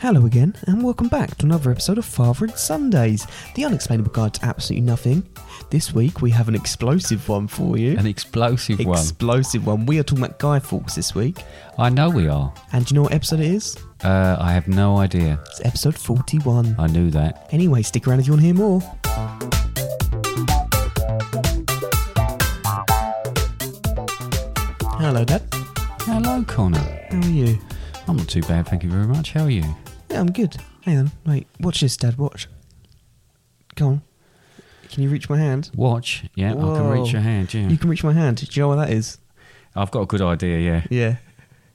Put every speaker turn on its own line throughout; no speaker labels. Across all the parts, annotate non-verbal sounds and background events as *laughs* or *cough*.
Hello again, and welcome back to another episode of Father and Sundays, the unexplainable guide to absolutely nothing. This week we have an explosive one for you.
An explosive one.
explosive one. We are talking about Guy Fawkes this week,
I know we are.
and do you know what episode it is?
Uh, I have no idea.
It's episode 41.
I knew that.
Anyway, stick around if you want to hear more. Hello, Dad.
Hello, Connor.
How are you?
I'm not too bad, thank you very much. How are you?
Yeah, I'm good. Hang on, wait. Watch this, Dad. Watch. Come on. Can you reach my hand?
Watch. Yeah, I can
Whoa.
reach your hand. Yeah.
You can reach my hand. Do you know what that is?
I've got a good idea. Yeah.
Yeah.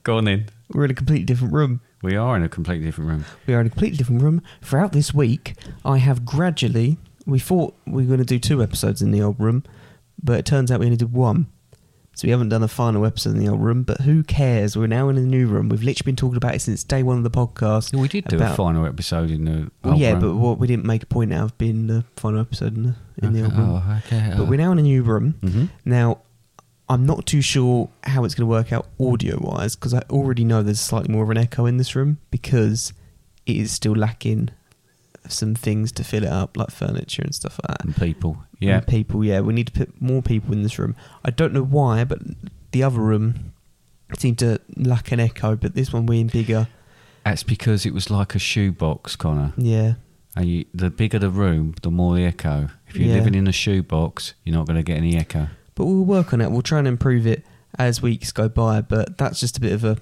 Go on in.
We're in a completely different room.
We are in a completely different room.
We are in a completely different room. Throughout this week, I have gradually. We thought we were going to do two episodes in the old room, but it turns out we only did one. So we haven't done a final episode in the old room, but who cares? We're now in a new room. We've literally been talking about it since day one of the podcast.
Yeah, we did do a
About-
final episode in the.
Well,
old
yeah,
room.
but what we didn't make a point out of being the final episode in the, in the old
Okay.
room.
Oh, okay.
But we're now in a new room.
Mhm.
Now, I'm not too sure how it's going to work out audio wise because I already know there's slightly more of an echo in this room because it is still lacking some things to fill it up, like furniture and stuff like that.
And people. Yeah.
And people, yeah. We need to put more people in this room. I don't know why, but the other room seemed to lack an echo, but this one being bigger,
That's because it was like a shoebox, Connor.
yeah.
And you, the bigger the room, the more the echo. If you're
Yeah.
living in a shoebox, you're not going to get any echo.
But we'll work on it. We'll try and improve it as weeks go by. But that's just a bit of a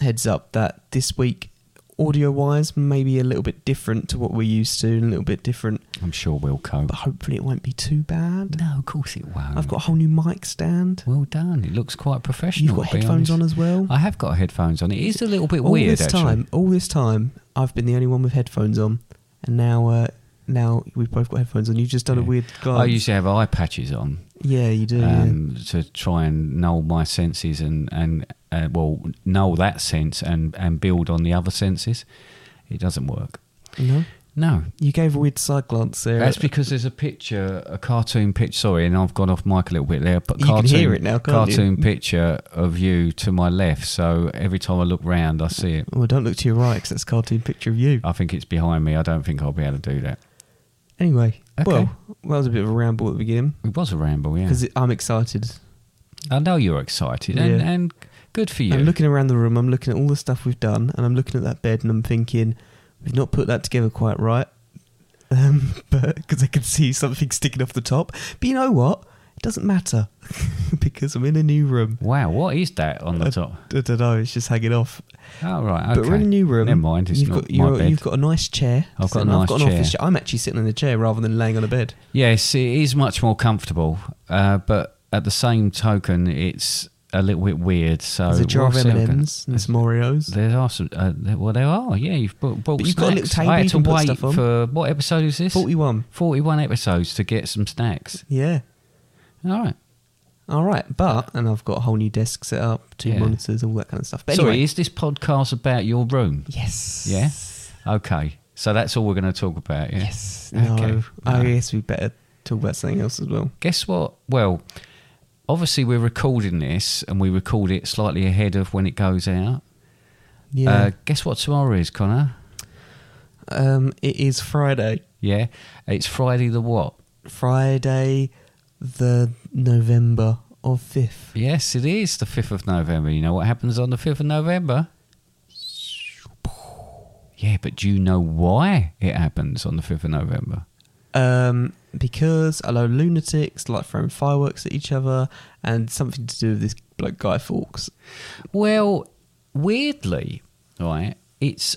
heads up that this week, audio wise, maybe a little bit different to what we're used to and a little bit different.
I'm sure we'll cope.
But hopefully, it won't be too bad.
No, of course it won't.
I've got a whole new mic stand.
Well done. It looks quite professional.
You've got
to be
headphones on
honest.
as well.
I have got headphones on. It is a little bit
all
weird,
this
actually.
time, all this time, I've been the only one with headphones on, and now, uh, now we've both got headphones on. You've just done a
Yeah.
weird
I
glance.
used to have eye patches on
yeah, you do. yeah.
um, to try and null my senses and and uh, well null that sense and and build on the other senses. It doesn't work.
No,
No,
you gave a weird side glance there.
that's because there's a picture, a cartoon picture. Sorry, and I've gone off mic a little bit there, but
You can
cartoon,
hear it now, can't you?
cartoon picture of you to my left. So every time I look round, I see it.
Well, don't look to your right because that's a cartoon picture of you.
I think it's behind me. I don't think I'll be able to do that.
Anyway,
Okay.
well, that was a bit of a ramble at the beginning
It was a ramble, yeah.
because I'm excited.
I know you're excited, and,
Yeah.
and good for you.
I'm looking around the room, I'm looking at all the stuff we've done, and I'm looking at that bed and I'm thinking, we've not put that together quite right. *laughs* Um, but because I can see something sticking off the top. But you know what? It doesn't matter *laughs* because I'm in a new room.
wow, what is that on the top?
I don't know, it's just hanging off.
Oh right, okay.
Uh, But we're in a new room.
Never mind, it's
you've
not
got,
my
you're-
bed.
You've got a nice chair.
I've
to sit
got a
on.
nice
an office
chair.
chair. I'm actually sitting in a chair rather than laying on a bed.
Yes, it is much more comfortable, uh, but at the same token, it's a little bit weird. So
There's a jar of
we'll see how it
M&Ms and
goes.
some Oreos.
There are some. Uh, there- well, there are. Yeah, you've bought. bought
But you've got a little
snacks. I
table
had
you
to
can put
wait
stuff on.
for what episode is this?
41.
41 episodes to get some snacks.
Yeah.
All right.
All right, but and I've got a whole new desk set up, two
Yeah.
monitors, all that kind of stuff. But
Sorry,
anyway,
is this podcast about your room?
yes,
Yeah. Okay. So that's all we're going to talk about. Yeah?
yes, no.
Okay. Uh-huh.
I guess we better talk about something else as well.
Guess what? Well, obviously we're recording this and we record it slightly ahead of when it goes out. Uh,
Yeah,
guess what tomorrow is, Connor?
um, it is Friday,
Yeah, it's Friday the what?
Friday, the November of fifth.
Yes, it is the 5th of November. You know what happens on the 5th of November? Yeah, but do you know why it happens on the 5th of November?
Um, because a lot of lunatics like throwing fireworks at each other, and something to do with this bloke Guy Fawkes.
Well, weirdly, right, it's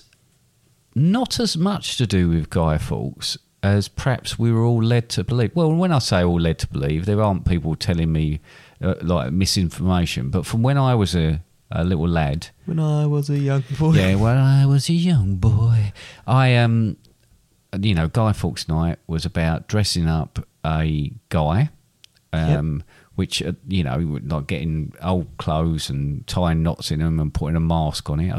not as much to do with Guy Fawkes as perhaps we were all led to believe. Well, when I say all led to believe, there aren't people telling me uh, like misinformation, but from when I was a, a little lad,
When I was a young boy, *laughs*
yeah, when I was a young boy, I um, you know, Guy Fawkes Night was about dressing up a guy, um, which uh, you know, like getting old clothes and tying knots in them and putting a mask on it,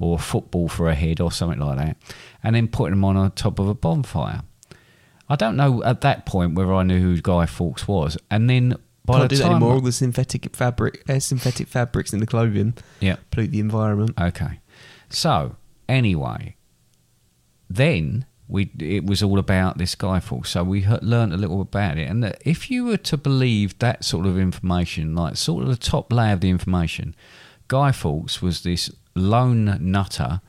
or a football for a head or something like that, and then putting them on, on top of a bonfire. I don't know at that point whether I knew who Guy Fawkes was, and then by
can't
the
do that
time
anymore. All the synthetic fabric, uh, synthetic fabrics in the clothing
yeah,
pollute the environment.
Okay. So anyway, then we it was all about this Skyfall. So we h- learnt a little about it, and that if you were to believe that sort of information, like sort of the top layer of the information, Guy Fawkes was this lone nutter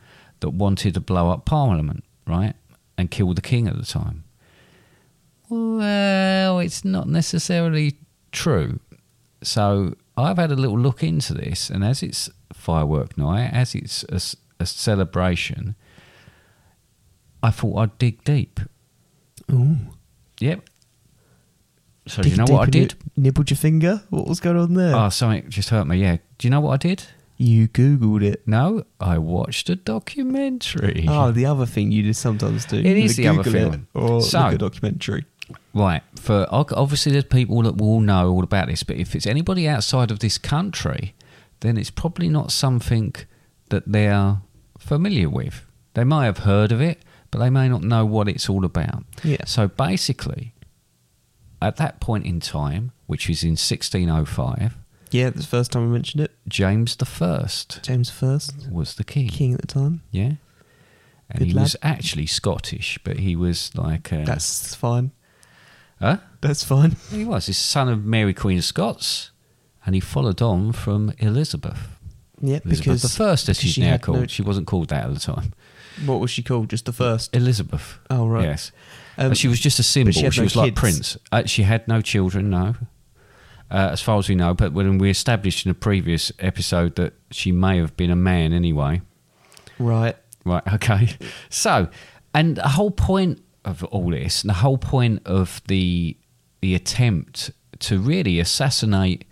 that wanted to blow up Parliament, right, and kill the king at the time. Well, it's not necessarily true. So I've had a little look into this, and as it's firework night, as it's a, s- a celebration, I thought I'd dig deep.
Ooh.
Yep. So do
Dig
you know
deep
what I
and you
did?
nibbled your finger. What was going on there?
Oh, something just hurt me. Yeah. Do you know what I did?
you googled it.
No, I watched a documentary.
Oh, the other thing you just sometimes do.
It is
You
the other
Google it
thing.
Or
So-
look at a documentary.
Right. For obviously, there's people that will know all about this, but if it's anybody outside of this country, then it's probably not something that they are familiar with. They might have heard of it, but they may not know what it's all about.
Yeah.
So basically, at that point in time, which is in 1605,
Yeah, that's the first time I mentioned it.
James the First
James first,
was the king.
king at the time.
Yeah. And
Good
he
lad.
was actually Scottish, but he was like. Uh,
That's fine.
Huh?
That's fine. *laughs*
He was. He's son of Mary Queen of Scots, and he followed on from Elizabeth.
Yeah,
Elizabeth
because
the First, as
because
she's
she
now
had no-
called. She wasn't called that at the time.
what was she called? Just the first.
Elizabeth.
Oh, right.
Yes.
Um,
And she was just a symbol.
but she
She,
had no
was like
kids.
Prince. Uh, she had no children, no. Uh, as far as we know, but when we established in a previous episode that she may have been a man anyway.
Right.
Right, *laughs* okay. So, and the whole point of all this, and the whole point of the the attempt to really assassinate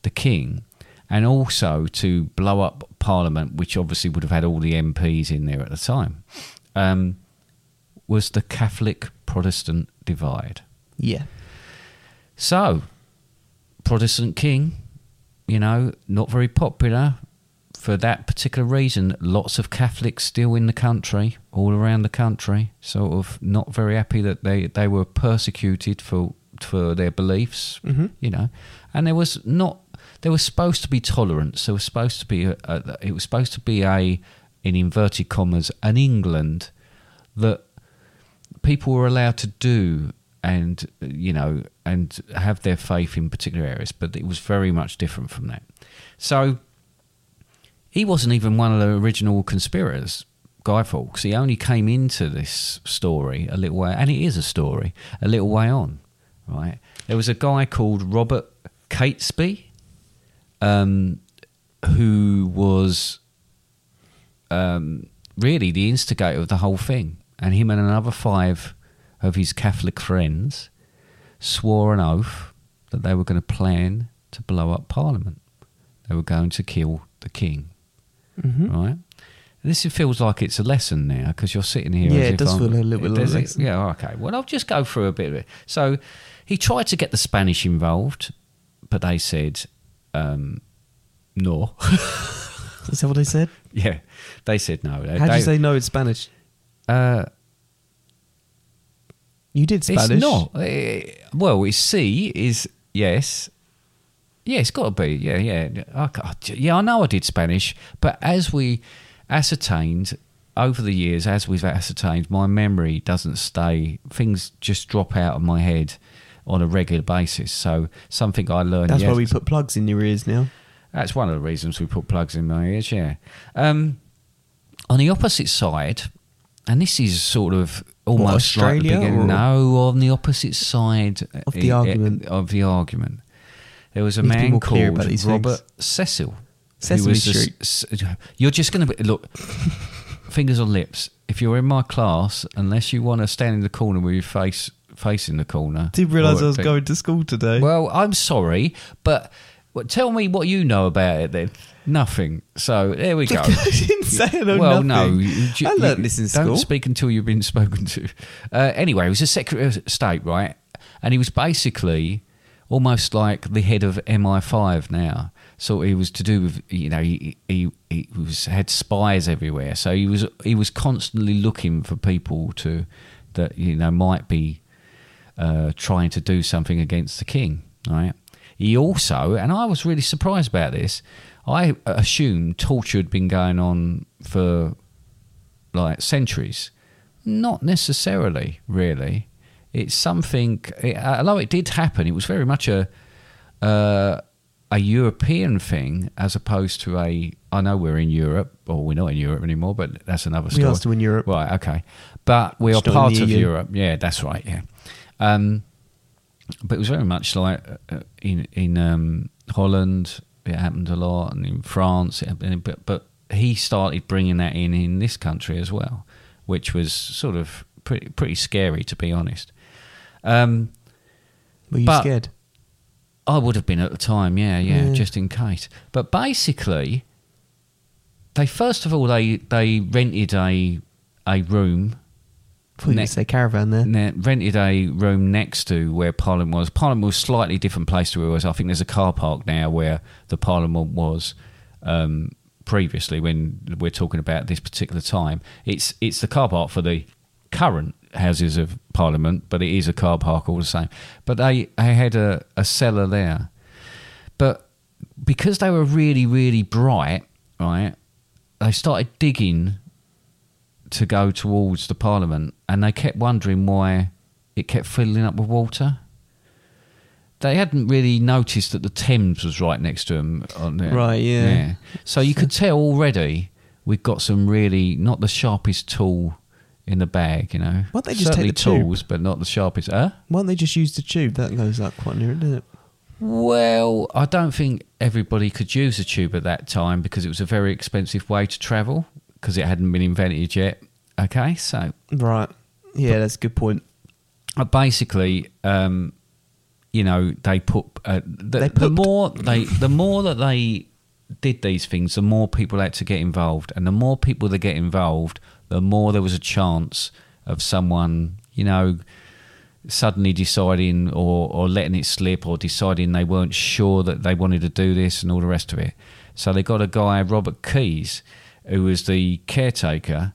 the king and also to blow up parliament, which obviously would have had all the MPs in there at the time, um, was the Catholic Protestant divide.
Yeah.
So, Protestant king, you know, not very popular for that particular reason. Lots of Catholics still in the country, all around the country, sort of not very happy that they, they were persecuted for for their beliefs, you know. And there was not there was supposed to be tolerance. There was supposed to be a, a it was supposed to be a in inverted commas an England that people were allowed to do and you know and have their faith in particular areas but it was very much different from that so he wasn't even one of the original conspirators guy fawkes he only came into this story a little way and it is a story a little way on right there was a guy called robert catesby um, who was um, really the instigator of the whole thing. And him and another five of his Catholic friends swore an oath that they were going to plan to blow up Parliament. They were going to kill the king.
Mm-hmm.
Right? This feels like it's a lesson now because you're sitting here.
Yeah,
as
it
if
does
I'm-
feel a little bit like a
Does it?
lesson.
Yeah, okay. Well, I'll just go through a bit of it. So he tried to get the Spanish involved, but they said um, no. *laughs*
Is that what they said?
yeah, they said no. They-
How do
they-
you say no in Spanish?
Uh,
You did Spanish.
It's not. Eh, well, it's C is yes. Yeah, it's got to be. Yeah, yeah. I, ca- yeah, I know I did Spanish, but as we ascertained over the years, as we've ascertained, my memory doesn't stay. Things just drop out of my head on a regular basis. So something I learned.
That's why we
yes-
put plugs in your ears now.
that's one of the reasons we put plugs in my ears, yeah. Um, on the opposite side, and this is sort of almost like the
Australia
beginning.
or-
No, on the opposite side
Of the
uh,
argument.
Of the argument. There was a
Need to be
man
more clear about
called
these
Robert Cecil. who
Sesame
was the s- s- you're just going to be. Look,
*laughs*
fingers on lips. If you're in my class, unless you want to stand in the corner with your face facing the corner.
Didn't realise
or
I was
a bit-
going to school today. *laughs*
well, I'm sorry, but well, tell me what you know about it then. Nothing. So
*laughs*
there we go.
I didn't say I know
well,
nothing.
no, you- you-
I learnt this in
don't
school.
speak until you've been *laughs* spoken to. Uh, anyway, he was a Secretary of State, right? And he was basically almost like the head of MI5 now. So he was to do with you know he he, he was had spies everywhere. So he was he was constantly looking for people to that you know might be uh, trying to do something against the king. Right? He also, and I was really surprised about this. I assumed torture had been going on for like centuries. Not necessarily, really. It's something. It, although it did happen, it was very much a uh, a European thing as opposed to a. I know we're in Europe, or we're not in Europe anymore, but that's another
We
story.
are still in Europe.
right? Okay, but we are
Still in
part
the E
of
EU.
Europe. Yeah, that's right. Yeah. Um, but it was very much like uh, in in um, Holland, it happened a lot, and in France, it happened, but but he started bringing that in in this country as well, which was sort of pretty pretty scary to be honest. Um,
Were you
but-
scared?
I would have been at the time, yeah, yeah,
Yeah.
just in case. But basically, they first of all they they rented a a room
Thought you were
ne-
gonna say caravan there.
Ne- rented a room next to where Parliament was. Parliament was a slightly different place to where it was. I think there's a car park now where the Parliament was um, previously. When we're talking about this particular time, it's it's the car park for the current Houses of Parliament, but it is a car park all the same. But they they had a, a cellar there, but because they were really really bright, right? They started digging to go towards the parliament and they kept wondering why it kept filling up with water. They hadn't really noticed that the Thames was right next to them. On there.
Right, yeah.
So you could tell already we've got some really not the sharpest tool in the bag, you know.
Why don't they just
Certainly
take the tube?
tools, but not the sharpest. Huh?
Why don't they just use the tube? That goes up quite near it, doesn't it?
Well, I don't think everybody could use a tube at that time because it was a very expensive way to travel because it hadn't been invented yet. Okay, so
Right. Yeah, that's a good point.
Uh, basically, um, you know, they put uh, the,
They
the
pooped.
more they the more that they did these things, the more people had to get involved, and the more people that get involved, the more there was a chance of someone, you know, suddenly deciding or or letting it slip or deciding they weren't sure that they wanted to do this and all the rest of it. So they got a guy, Robert Keys, who was the caretaker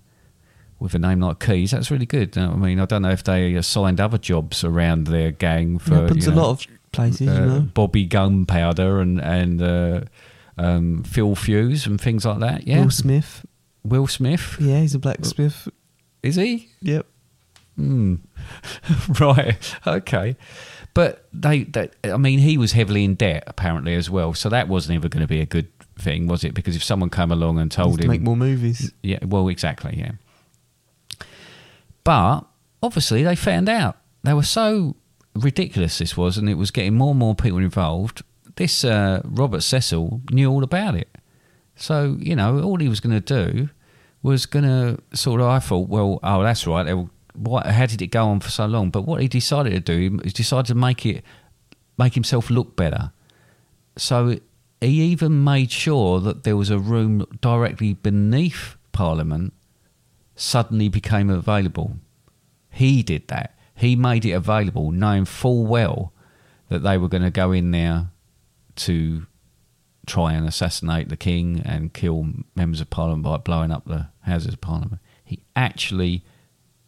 with a name like Keys, that's really good. I mean, I don't know if they assigned other jobs around their gang for
it happens
you
a
know,
lot of places,
uh,
you know.
Bobby Gunpowder and and uh, um, Phil Fuse and things like that. Yeah,
Will Smith.
Will Smith
Yeah, he's a blacksmith.
is he? *laughs*
Yep.
Hmm. right. Okay. But they, they, I mean, he was heavily in debt apparently as well. So that was never going to be a good thing, was it? Because if someone came along and told
Needs to
him,
make more movies.
Yeah, well, exactly, yeah. But obviously, they found out they were so ridiculous this was, and it was getting more and more people involved. This uh, Robert Cecil knew all about it, so you know all he was going to do was going to sort of. I thought, well, oh, that's right. They were- Why, how did it go on for so long? But what he decided to do, he decided to make it, make himself look better. So he even made sure that there was a room directly beneath Parliament suddenly became available. He did that. He made it available, knowing full well that they were going to go in there to try and assassinate the king and kill members of parliament by blowing up the houses of parliament. He actually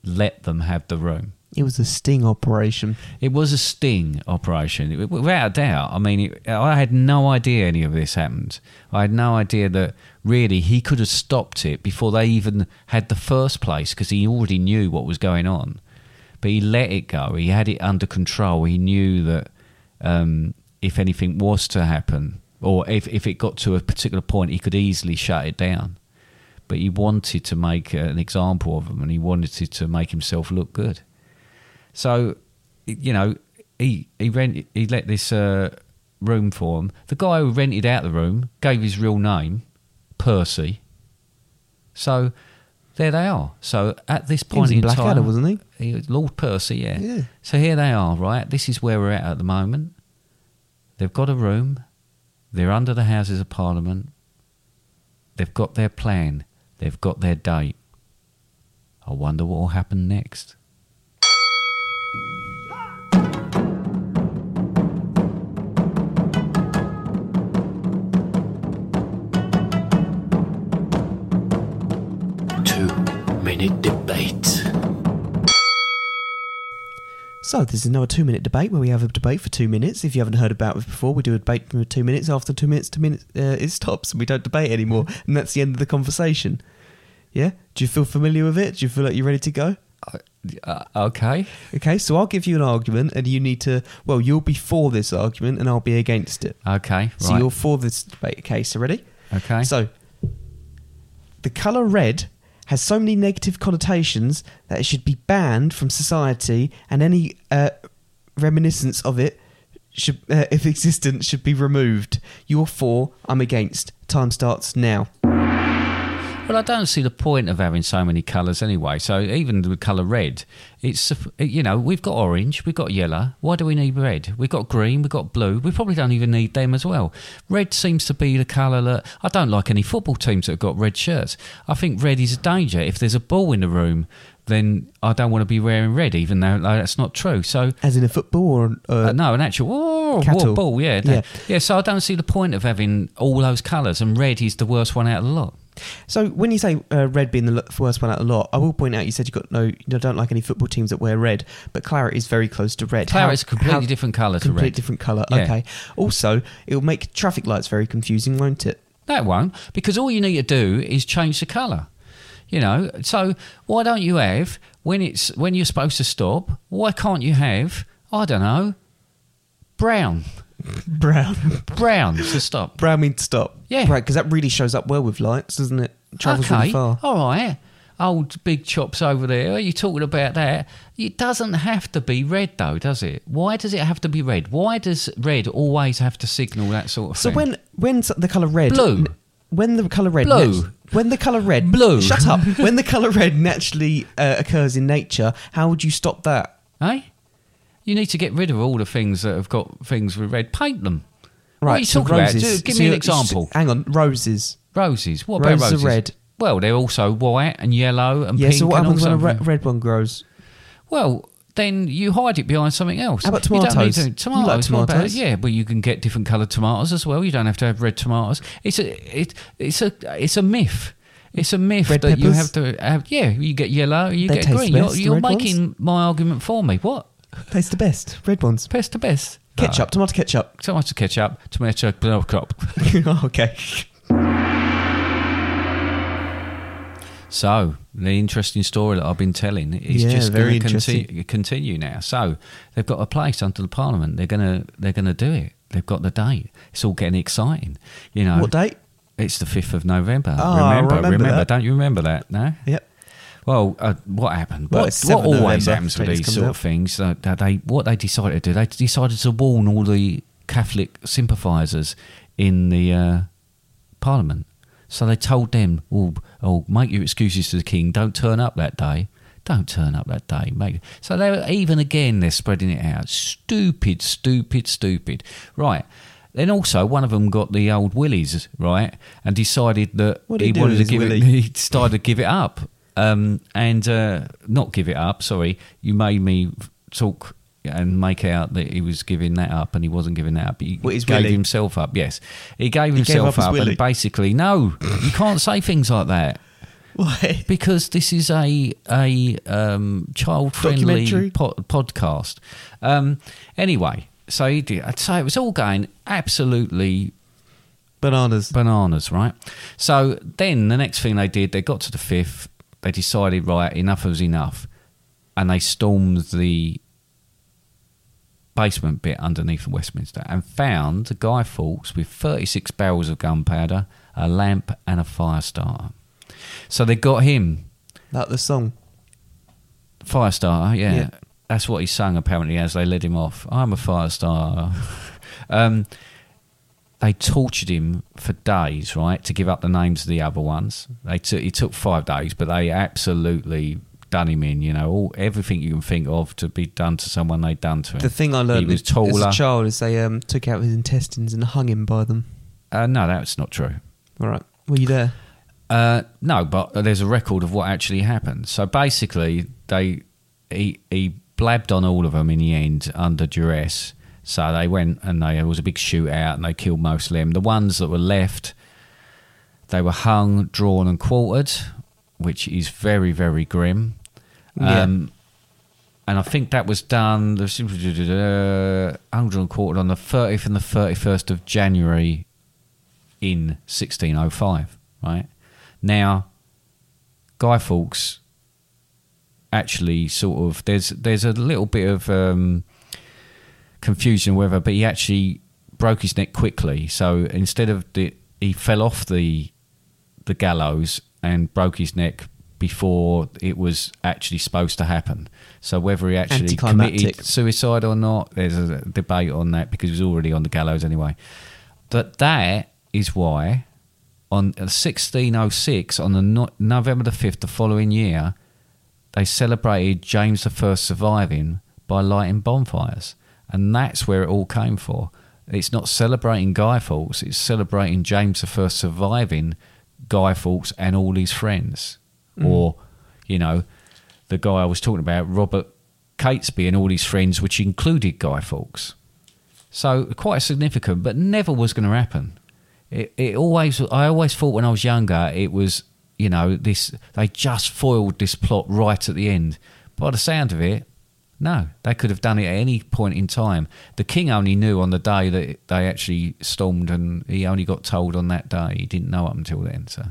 let them have the room.
It was a sting operation.
It was a sting operation, It- without a doubt. I mean, it, I had no idea any of this happened. I had no idea that really he could have stopped it before they even had the first place because he already knew what was going on. but he let it go. He had it under control. He knew that um, if anything was to happen, or if, if it got to a particular point, he could easily shut it down. But he wanted to make an example of him, and he wanted to make himself look good. So, you know, he he rent he let this uh, room for him. The guy who rented out the room gave his real name, Percy. So there they are. So at this point
was in
in
Blackadder,
time,
wasn't
he? was Lord Percy, yeah.
Yeah.
So here they are, right? This is where we're at at the moment. They've got a room. They're under the Houses of Parliament. They've got their plan. They've got their date. I wonder what will happen next.
Two minute debate.
So this is now a two-minute debate where we have a debate for two minutes. If you haven't heard about it before, we do a debate for two minutes. After two minutes, two minutes uh, it stops and we don't debate anymore,
Mm-hmm.
and that's the end of the conversation. Yeah. Do you feel familiar with it? Do you feel like you're ready to go?
Uh, okay.
Okay. So I'll give you an argument, and you need to. Well, you'll be for this argument, and I'll be against it.
Okay. Right.
So you're for this debate. Okay. So ready?
okay.
So, the colour red has so many negative connotations that it should be banned from society, and any uh, reminiscence of it, should, uh, *laughs* if existent, should be removed. You're for, I'm against. Time starts now.
Well, I don't see the point of having so many colours anyway. So even the colour red, it's you know we've got orange, we've got yellow. Why do we need red? We've got green, we've got blue. We probably don't even need them as well. Red seems to be the colour that I don't like any football teams that have got red shirts. I think red is a danger. If there's a ball in the room, then I don't want to be wearing red, even though like, that's not true. So.
As in a football or. Uh,
Uh, no, an actual oh,
Cattle.
what, ball, yeah,
Yeah.
yeah, yeah. So I don't see the point of having all those colours, and red is the worst one out of the lot.
So when you say uh, red being the lo- worst one out of the lot, I will point out you said you got no, you don't like any football teams that wear red, but claret is very close to red.
Claret's a completely different colour to
Completely
red.
different colour.
Yeah.
Okay. Also, it will make traffic lights very confusing, won't it?
That won't, because all you need to do is change the colour. You know, so why don't you have when it's when you're supposed to stop? Why can't you have I don't know, brown,
Brown. *laughs*
brown to stop?
Brown means stop.
Yeah.
Right, because that really shows up well with lights, doesn't it? Travels
okay, Oh,
really far.
all right. Old big chops over there. Are you talking about that? It doesn't have to be red, though, does it? Why does it have to be red? Why does red always have to signal that sort of
So
thing?
when when s- the color red
Blue.
n- when the color red
Blue.
nat- when the color red
Blue.
shut
*laughs*
up when the color red naturally uh, occurs in nature, how would you stop that?
Eh? You need to get rid of all the things that have got things with red. Paint them.
Right,
What are you
so
talking about?
roses.
Dude, give
So
me an
you're-
example.
Hang on, roses.
Roses. What
Roses
about
are
roses?
red.
Well, they're also white and yellow and
Yeah.
pink.
So what
and all
happens when a re-
something.
red one grows?
Well, then you hide it behind something else.
How about
You don't
tomatoes?
need to-
You like
tomatoes. what about-
tomatoes?
yeah, but you can get different coloured tomatoes as well. You don't have to have red tomatoes. It's a it, it's a it's a myth. It's a myth
Red
that you
peppers?
have to have. Yeah, you get yellow, you
They
get
taste
green.
best, the
you're you're
red ones.
making my argument for me. What?
Taste the best. Red ones.
Best to best.
Ketchup. Tomato ketchup. *laughs* Oh,
So much to catch up. Tomato blah, crop.
okay. *laughs*
So the interesting story that I've been telling is
Yeah,
just
very
going to
interesting.
conti- continue now. So they've got a place under the Parliament. They're going to they're going to do it. They've got the date. It's all getting exciting. You know
What date?
It's the fifth of November.
Oh, I
remember,
remember that.
Don't you remember that? No.
Yep.
Well, uh, what happened?
Well,
What,
it's
what
7th November,
always happens
when
with
this
these
comes
sort
out.
of things? That, that they what they decided to do? They decided to warn all the Catholic sympathisers in the uh, Parliament. So they told them, "Oh, oh, make your excuses to the King. Don't turn up that day. Don't turn up that day." Make so they were even again they're spreading it out. Stupid, stupid, stupid. Right. Then also one of them got the old willies right and decided that
What did
he
he do
wanted to
with his
give it, *laughs*
willy?
he decided to give it up um, and uh, not give it up. Sorry, you made me talk and make out that he was giving that up, and he wasn't giving that up. He
What, his
gave
willy?
himself up. Yes, he gave
gave
himself
up his
up,
willy?
and basically, no, you can't say things like that
Why?
because this is a a um, child
Documentary?
friendly po- podcast. Um, anyway, so he did. I'd say it was all going absolutely
Bananas.
bananas, right? So then the next thing they did, they got to the fifth. They decided, right, enough was enough. and they stormed the basement bit underneath Westminster and found the Guy Fawkes with 36 barrels of gunpowder, a lamp, and a fire starter. So they got him
Like the song.
Firestarter, yeah.
Yeah.
That's what he sung apparently as they led him off. I'm
*laughs*
a Firestarter. um, they tortured him for days, right, to give up the names of the other ones. They took it took five days, but they absolutely done him in. You know, all everything you can think of to be done to someone they done to him.
The thing I
he
learned
was
as as
taller.
a child is they um, took out his intestines and hung him by them.
uh, no, that's not true.
All right. Were you there?
Uh, no, but there's a record of what actually happened. So basically, they he, he blabbed on all of them in the end under duress. So they went and they, it was a big shootout and they killed most of them. The ones that were left, they were hung, drawn, and quartered, which is very, very grim. Um, And I think that was done, the 100 and quartered on the 30th and the 31st of January in 1605, right? Now, Guy Fawkes actually sort of there's there's a little bit of um, confusion, whether, but he actually broke his neck quickly. So instead of the, he fell off the the gallows and broke his neck before it was actually supposed to happen. So whether he actually
Anticlimactic.
committed suicide or not, there's a debate on that because he was already on the gallows anyway. But that is why on uh, 1606 on the no- November the 5th the following year they celebrated James I surviving by lighting bonfires. And that's where it all came for. It's not celebrating Guy Fawkes, it's celebrating James I surviving Guy Fawkes and all his friends. Or, you know, the guy I was talking about, Robert Catesby and all his friends, which included Guy Fawkes. So quite significant, but never was going to happen. It, it always, I always thought when I was younger, it was, you know, this, they just foiled this plot right at the end. By the sound of it, no, they could have done it at any point in time. The king only knew on the day that they actually stormed, and he only got told on that day. He didn't know up until then. So,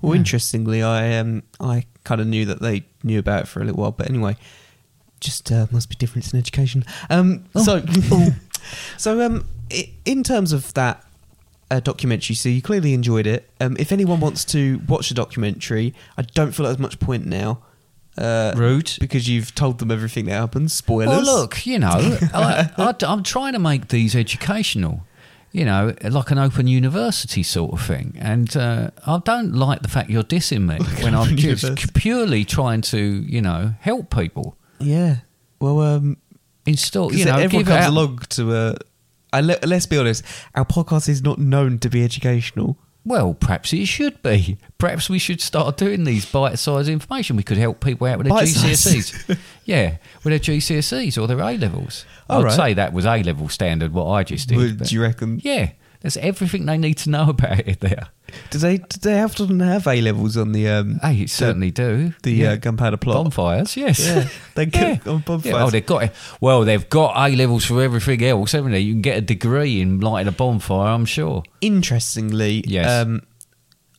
Well, interestingly, I um, I kind of knew that they knew about it for a little while, but anyway, just uh, must be difference in education. Um,
Oh.
So, *laughs*
*laughs*
so um, i in terms of that uh, documentary, so you clearly enjoyed it. Um, if anyone wants to watch the documentary, I don't feel there's much point now. Uh,
Rude.
because you've told them everything that happens. Spoilers.
Well, look, you know,
*laughs*
I, am trying to make these educational, you know, like an open university sort of thing. And uh, I don't like the fact you're dissing me when I'm
open
just
university.
purely trying to, you know, help people.
yeah. Well, um,
Install, you
you
know,
everyone
give
comes
out-
along to uh, I le- let's be honest, our podcast is not known to be educational.
Well, perhaps it should be. Perhaps we should start doing these bite-sized information. We could help people out with their
Bite-sized.
GCSEs. yeah, with their GCSEs or their A levels.
All
I'd
right.
say that was A level standard. What I just did.
Would
but-
you reckon?
Yeah, there's everything they need to know *laughs* about it there.
Do they do they often have A levels on the um
They
the-
certainly do.
the
Yeah.
uh, gunpowder plot?
Bonfires, yes.
Yeah, they
*laughs*
cook on bonfires.
Yeah, Oh, they've got it. Well, they've got A levels for everything else, haven't they? You can get a degree in lighting a bonfire, I'm sure.
Interestingly,
Yes.
um,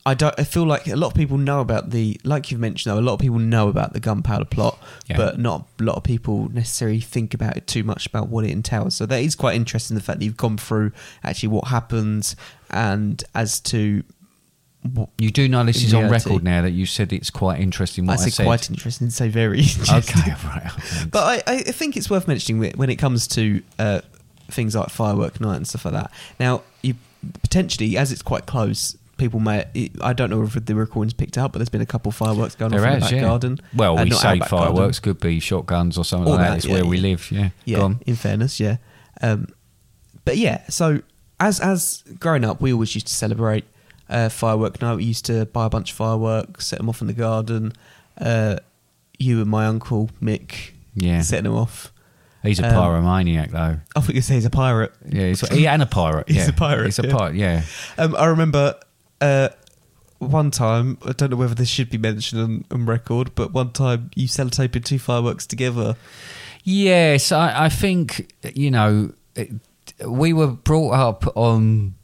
I don't. I feel like a lot of people know about the like you've mentioned though. A lot of people know about the gunpowder plot,
Yeah.
but not a lot of people necessarily think about it too much about what it entails. So that is quite interesting. The fact that you've gone through actually what happens and as to what
You do know this
In
is on
reality.
record now that you said it's quite interesting
I
what I,
said,
said.
quite interesting. So very *laughs* interesting.
okay, right. okay.
But I, I think it's worth mentioning whe- when it comes to uh, things like firework night and stuff like that. Now, you potentially, as it's quite close, people may. I don't know if the recording's picked up, but there's been a couple of fireworks going
There
off in
is,
the back
yeah.
garden.
Well,
Uh,
we
not our
say
back garden.
fireworks could be shotguns or something
All
like that.
that,
It's
yeah,
where we
yeah.
live. Yeah.
Yeah,
Go on.
in fairness, yeah. Um, but yeah, so as as growing up, we always used to celebrate uh, firework night. We used to buy a bunch of fireworks, set them off in the garden. Uh, you and my uncle Mick,
Yeah.
setting them off.
He's a
Um,
pyromaniac, though.
I thought you say he's a pirate.
Yeah, he's, he and a pirate.
*laughs* He's
yeah.
a pirate,
He's a
yeah.
pirate. Yeah.
Um, I remember uh, one time, I don't know whether this should be mentioned on, on record, but one time you sellotaped two fireworks together.
Yes, I, I think you know it, we were brought up on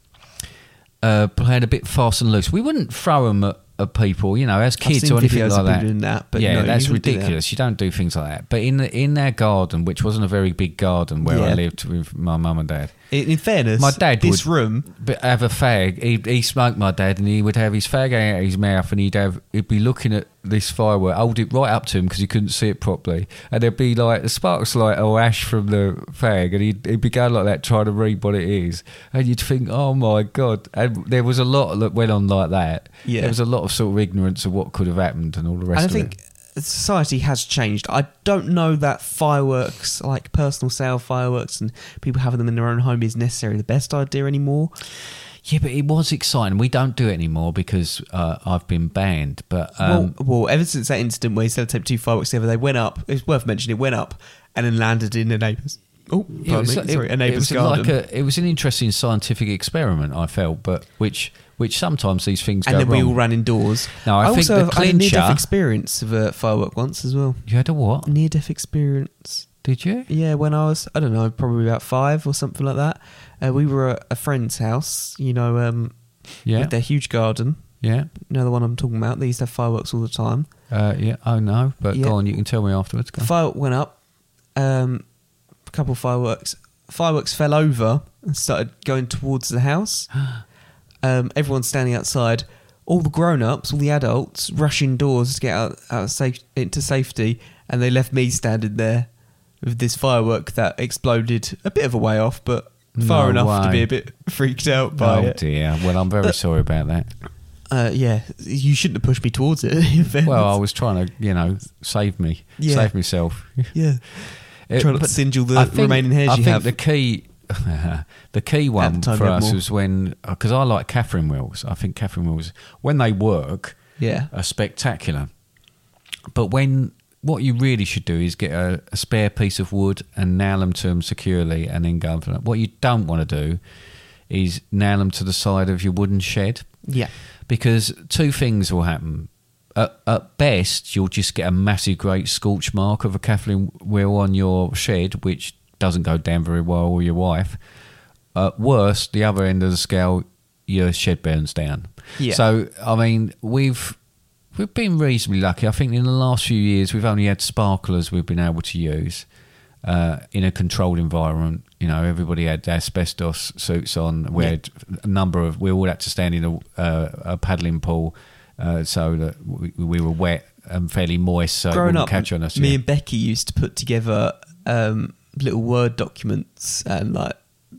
uh, playing a bit fast and loose. We wouldn't throw them at of people, you know, as
I've
kids
seen
or anything
videos
like
of
that.
people doing that, but
yeah,
no, you
that's
wouldn't do that.
ridiculous. You don't do things like that. But in the, in their garden, which wasn't a very big garden where I
Yeah.
lived with my mum and dad,
In, in fairness,
my dad
this
would
room,
b- have a fag. He, he smoked my dad, and he would have his fag out of his mouth, and he'd have he'd be looking at this firework, hold it right up to him because he couldn't see it properly, and there'd be like the sparks light or ash from the fag, and he'd, he'd be going like that trying to read what it is, and you'd think, oh my god, and there was a lot that went on like that.
Yeah.
there was a lot of sort of ignorance of what could have happened and all the rest.
I
of
think
it.
society has changed. I don't know that fireworks, like personal sale fireworks, and people having them in their own home is necessarily the best idea anymore.
Yeah, but it was exciting. We don't do it anymore because uh, I've been banned. But um,
well, well, ever since that incident where he sellotaped two fireworks together, they went up. It's worth mentioning. It went up and then landed in a neighbour's. Oh,
It
pardon
was-
me,
it-
sorry, a
it
neighbour's
was
garden.
Like a, it was an interesting scientific experiment, I felt, but which which sometimes these things
and
go
then we
wrong.
all ran indoors.
No, I think
also
the
have- I had a near-death
clincher-
experience of a firework once as well.
You had a what?
Near-death experience.
Did you?
Yeah, when I was, I don't know, probably about five or something like that. Uh, we were at a friend's house, you know, um,
Yeah.
with their huge garden.
Yeah.
You know the one I'm talking about. They used to have fireworks all the time.
Uh, yeah. Oh no. But
Yeah.
go on. You can tell me afterwards. Go
The
on.
firework went up, um, a couple of fireworks. Fireworks fell over and started going towards the
*gasps*
house. Um, everyone's standing outside. All the grown-ups, all the adults, rush indoors to get out, out of safe, into safety, and they left me standing there with this firework that exploded a bit of a way off, but far
No
enough to
way.
be a bit *laughs* freaked out by
Oh
it.
dear. Well, I'm very
*laughs* But-
sorry about that.
Uh, yeah, you shouldn't have pushed me towards it. *laughs* in fairness.
Well, I was trying to, you know, save me,
Yeah.
save myself.
yeah,
It-
Try not to
but
singe all *laughs* the
I think-
remaining hairs
I
you
think
have.
the key, *laughs* the key one
time,
for
we had
us
more.
was when because I like Catherine wheels. I think Catherine wheels when they work,
Yeah.
are spectacular. But when what you really should do is get a, a spare piece of wood and nail them to them securely, and then go for it. What you don't want to do is nail them to the side of your wooden shed
yeah.
because two things will happen. At, at best, you'll just get a massive, great scorch mark of a Kathleen wheel on your shed, which doesn't go down very well with your wife. At worst, the other end of the scale, your shed burns down.
Yeah.
So, I mean, we've we've been reasonably lucky. I think in the last few years, we've only had sparklers we've been able to use uh, in a controlled environment. You know, everybody had asbestos suits on. We had a number of. We all had to stand in a, uh, a paddling pool, uh, so that we, we were wet and fairly moist, so it
growing
wouldn't
up,
catch on us.
me
yeah.
and Becky used to put together um, little Word documents and like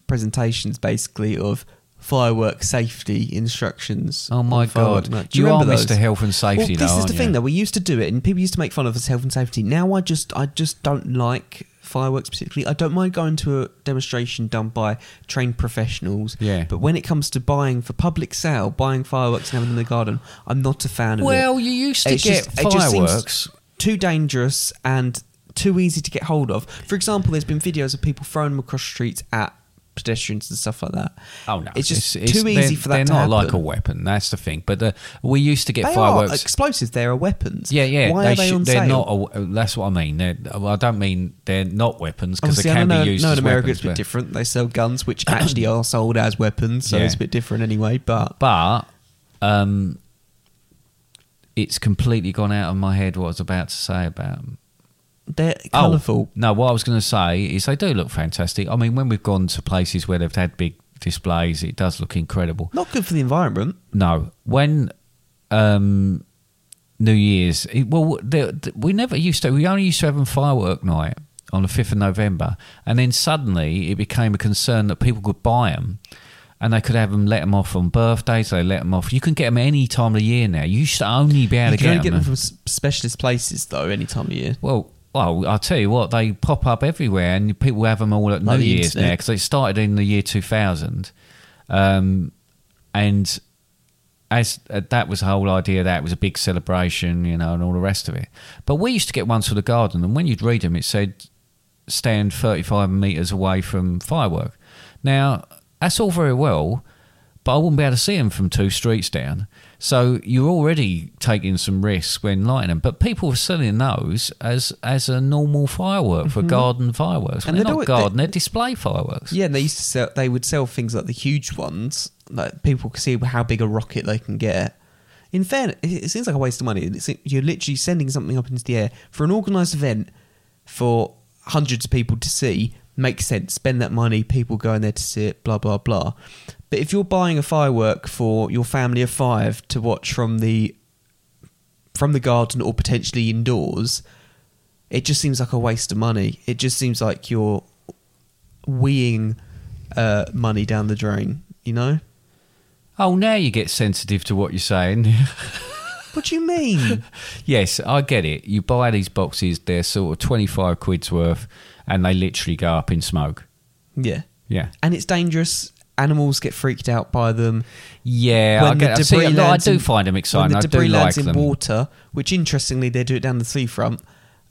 presentations, basically of firework safety instructions.
Oh, my
on firework
God.
night.
You
remember
are
those?
Mr. Health and Safety,
Well, this
though,
is the
aren't
thing,
you?
though. We used to do it, and people used to make fun of us health and safety. Now I just, I just don't like fireworks particularly. I don't mind going to a demonstration done by trained professionals.
Yeah.
But when it comes to buying for public sale, buying fireworks and having them in the garden, I'm not a fan of it.
Well, you used to
It's
get
just- it just seems
fireworks.
too dangerous and too easy to get hold of. For example, there's been videos of people throwing them across streets at pedestrians and stuff like that.
Oh no!
it's just
it's-
too
they're-
easy for that
They're
to
not
happen.
like a weapon. That's the thing. But the, we used to get
They
fireworks.
are explosives. They are weapons.
Yeah, yeah.
Why are they
should-
on
they're
sale?
not. A, that's what I mean. They're, well, I don't mean they're not weapons because they
Obviously, I
can
know,
be used
know
as
in America
weapons.
it's a bit
but-
different. They sell guns,
*coughs*
which actually are sold as weapons, so
Yeah.
it's a bit different anyway. But
but um, it's completely gone out of my head what I was about to say about 'em.
they're
Oh,
colourful.
no, what I was going to say is they do look fantastic. I mean, when we've gone to places where they've had big displays, it does look incredible.
Not good for the environment.
No, when um, New Year's, it, well, the, the- we never used to. We only used to have them firework night on the fifth of November, and then suddenly it became a concern that people could buy them. And they could have them let them off on birthdays. They let them off. You can get them any time of the year now. You used to only be able
You
to
can only
get,
get
them.
them from s- specialist places, though, any time of year.
Well, well, I'll tell you what, they pop up everywhere and people have them all at
Like
New
the
Year's
internet.
now because they started in the year 2000. Um, and as uh, that was the whole idea, that it was a big celebration, you know, and all the rest of it. But we used to get ones for the garden, and when you'd read them, it said stand 35 metres away from firework. Now, that's all very well, but I wouldn't be able to see them from two streets down. So you're already taking some risks when lighting them. But people are selling those as, as a normal firework for garden fireworks.
Mm-hmm. And
And they're
they don't-
not garden,
they-
they, are display fireworks.
Yeah, and they used to sell. They would sell things like the huge ones, like people could see how big a rocket they can get. In fairness, it it seems like a waste of money. It's, you're literally sending something up into the air for an organised event for hundreds of people to see. Makes sense. Spend that money. People going there to see it. Blah blah blah. But if you're buying a firework for your family of five to watch from the from the garden or potentially indoors, it just seems like a waste of money. It just seems like you're weeing uh, money down the drain. You know?
Oh, now you get sensitive to what you're saying. *laughs*
What do you mean?
yes, I get it. You buy these boxes, they're sort of 25 quid's worth, and they literally go up in smoke.
yeah.
Yeah.
And it's dangerous. Animals get freaked out by them.
Yeah, I,
When the
get, I, see,
debris
no, I
lands
do
in-
find them exciting.
When
I
the
do
debris
like
lands in
them.
water, which interestingly they do it down the seafront,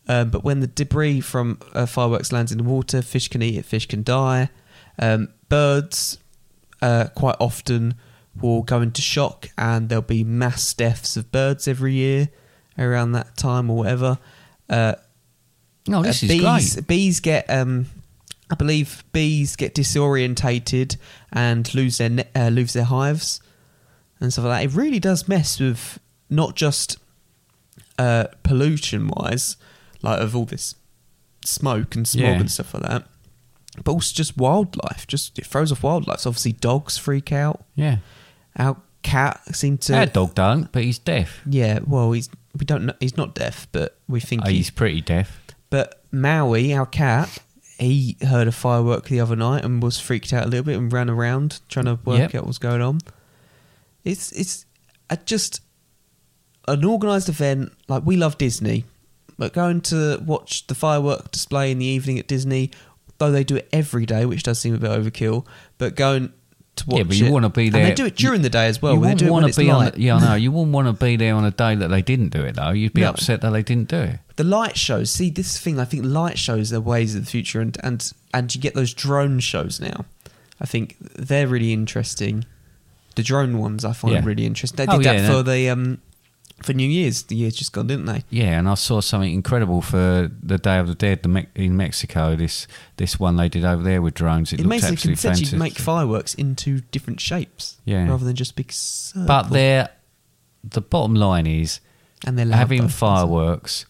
um, but when the debris from uh, fireworks lands in the water, fish can eat it, fish can die. Um, birds uh, quite often will go into shock, and there'll be mass deaths of birds every year around that time or whatever. Uh,
No, this
uh,
is
bees,
great.
Bees get, um, I believe, bees get disorientated and lose their ne- uh, lose their hives and stuff like that. It really does mess with not just uh, pollution wise, like of all this smoke and smog
Yeah.
and stuff like that, but also just wildlife. Just it throws off wildlife. So obviously, dogs freak out.
Yeah.
Our cat seemed to.
Our dog don't, but he's deaf.
Yeah, well, he's we don't know, he's not deaf, but we think
Oh,
he's
he's pretty deaf.
but Maui, our cat, he heard a firework the other night and was freaked out a little bit and ran around trying to work
Yep.
out what's going on. It's it's a, just an organised event. Like we love Disney, but going to watch the firework display in the evening at Disney, though they do it every day, which does seem a bit overkill. But going to watch
Yeah, but you
it-
wanna be
And they
there-
do it during the day as well.
you
when they
wouldn't
do it when
want
it's
to be on.
light.
The, yeah, no, you wouldn't want to be there on a day that they didn't do it though. You'd be
No.
upset that they didn't do it.
the light shows see this thing i think light shows are ways of the future and and and you get those drone shows now i think they're really interesting the drone ones i find
Yeah.
really interesting they did
Oh, yeah,
that
no.
for the um for new year's the year's just gone didn't they
Yeah, and I saw something incredible for the Day of the Dead the Me- in Mexico. This this one they did over there with drones. It,
it
looked
makes they can
absolutely
essentially
fantastic.
make fireworks into different shapes
Yeah.
rather than just big circles.
but they're the bottom line is
and they're loud
having
though.
fireworks.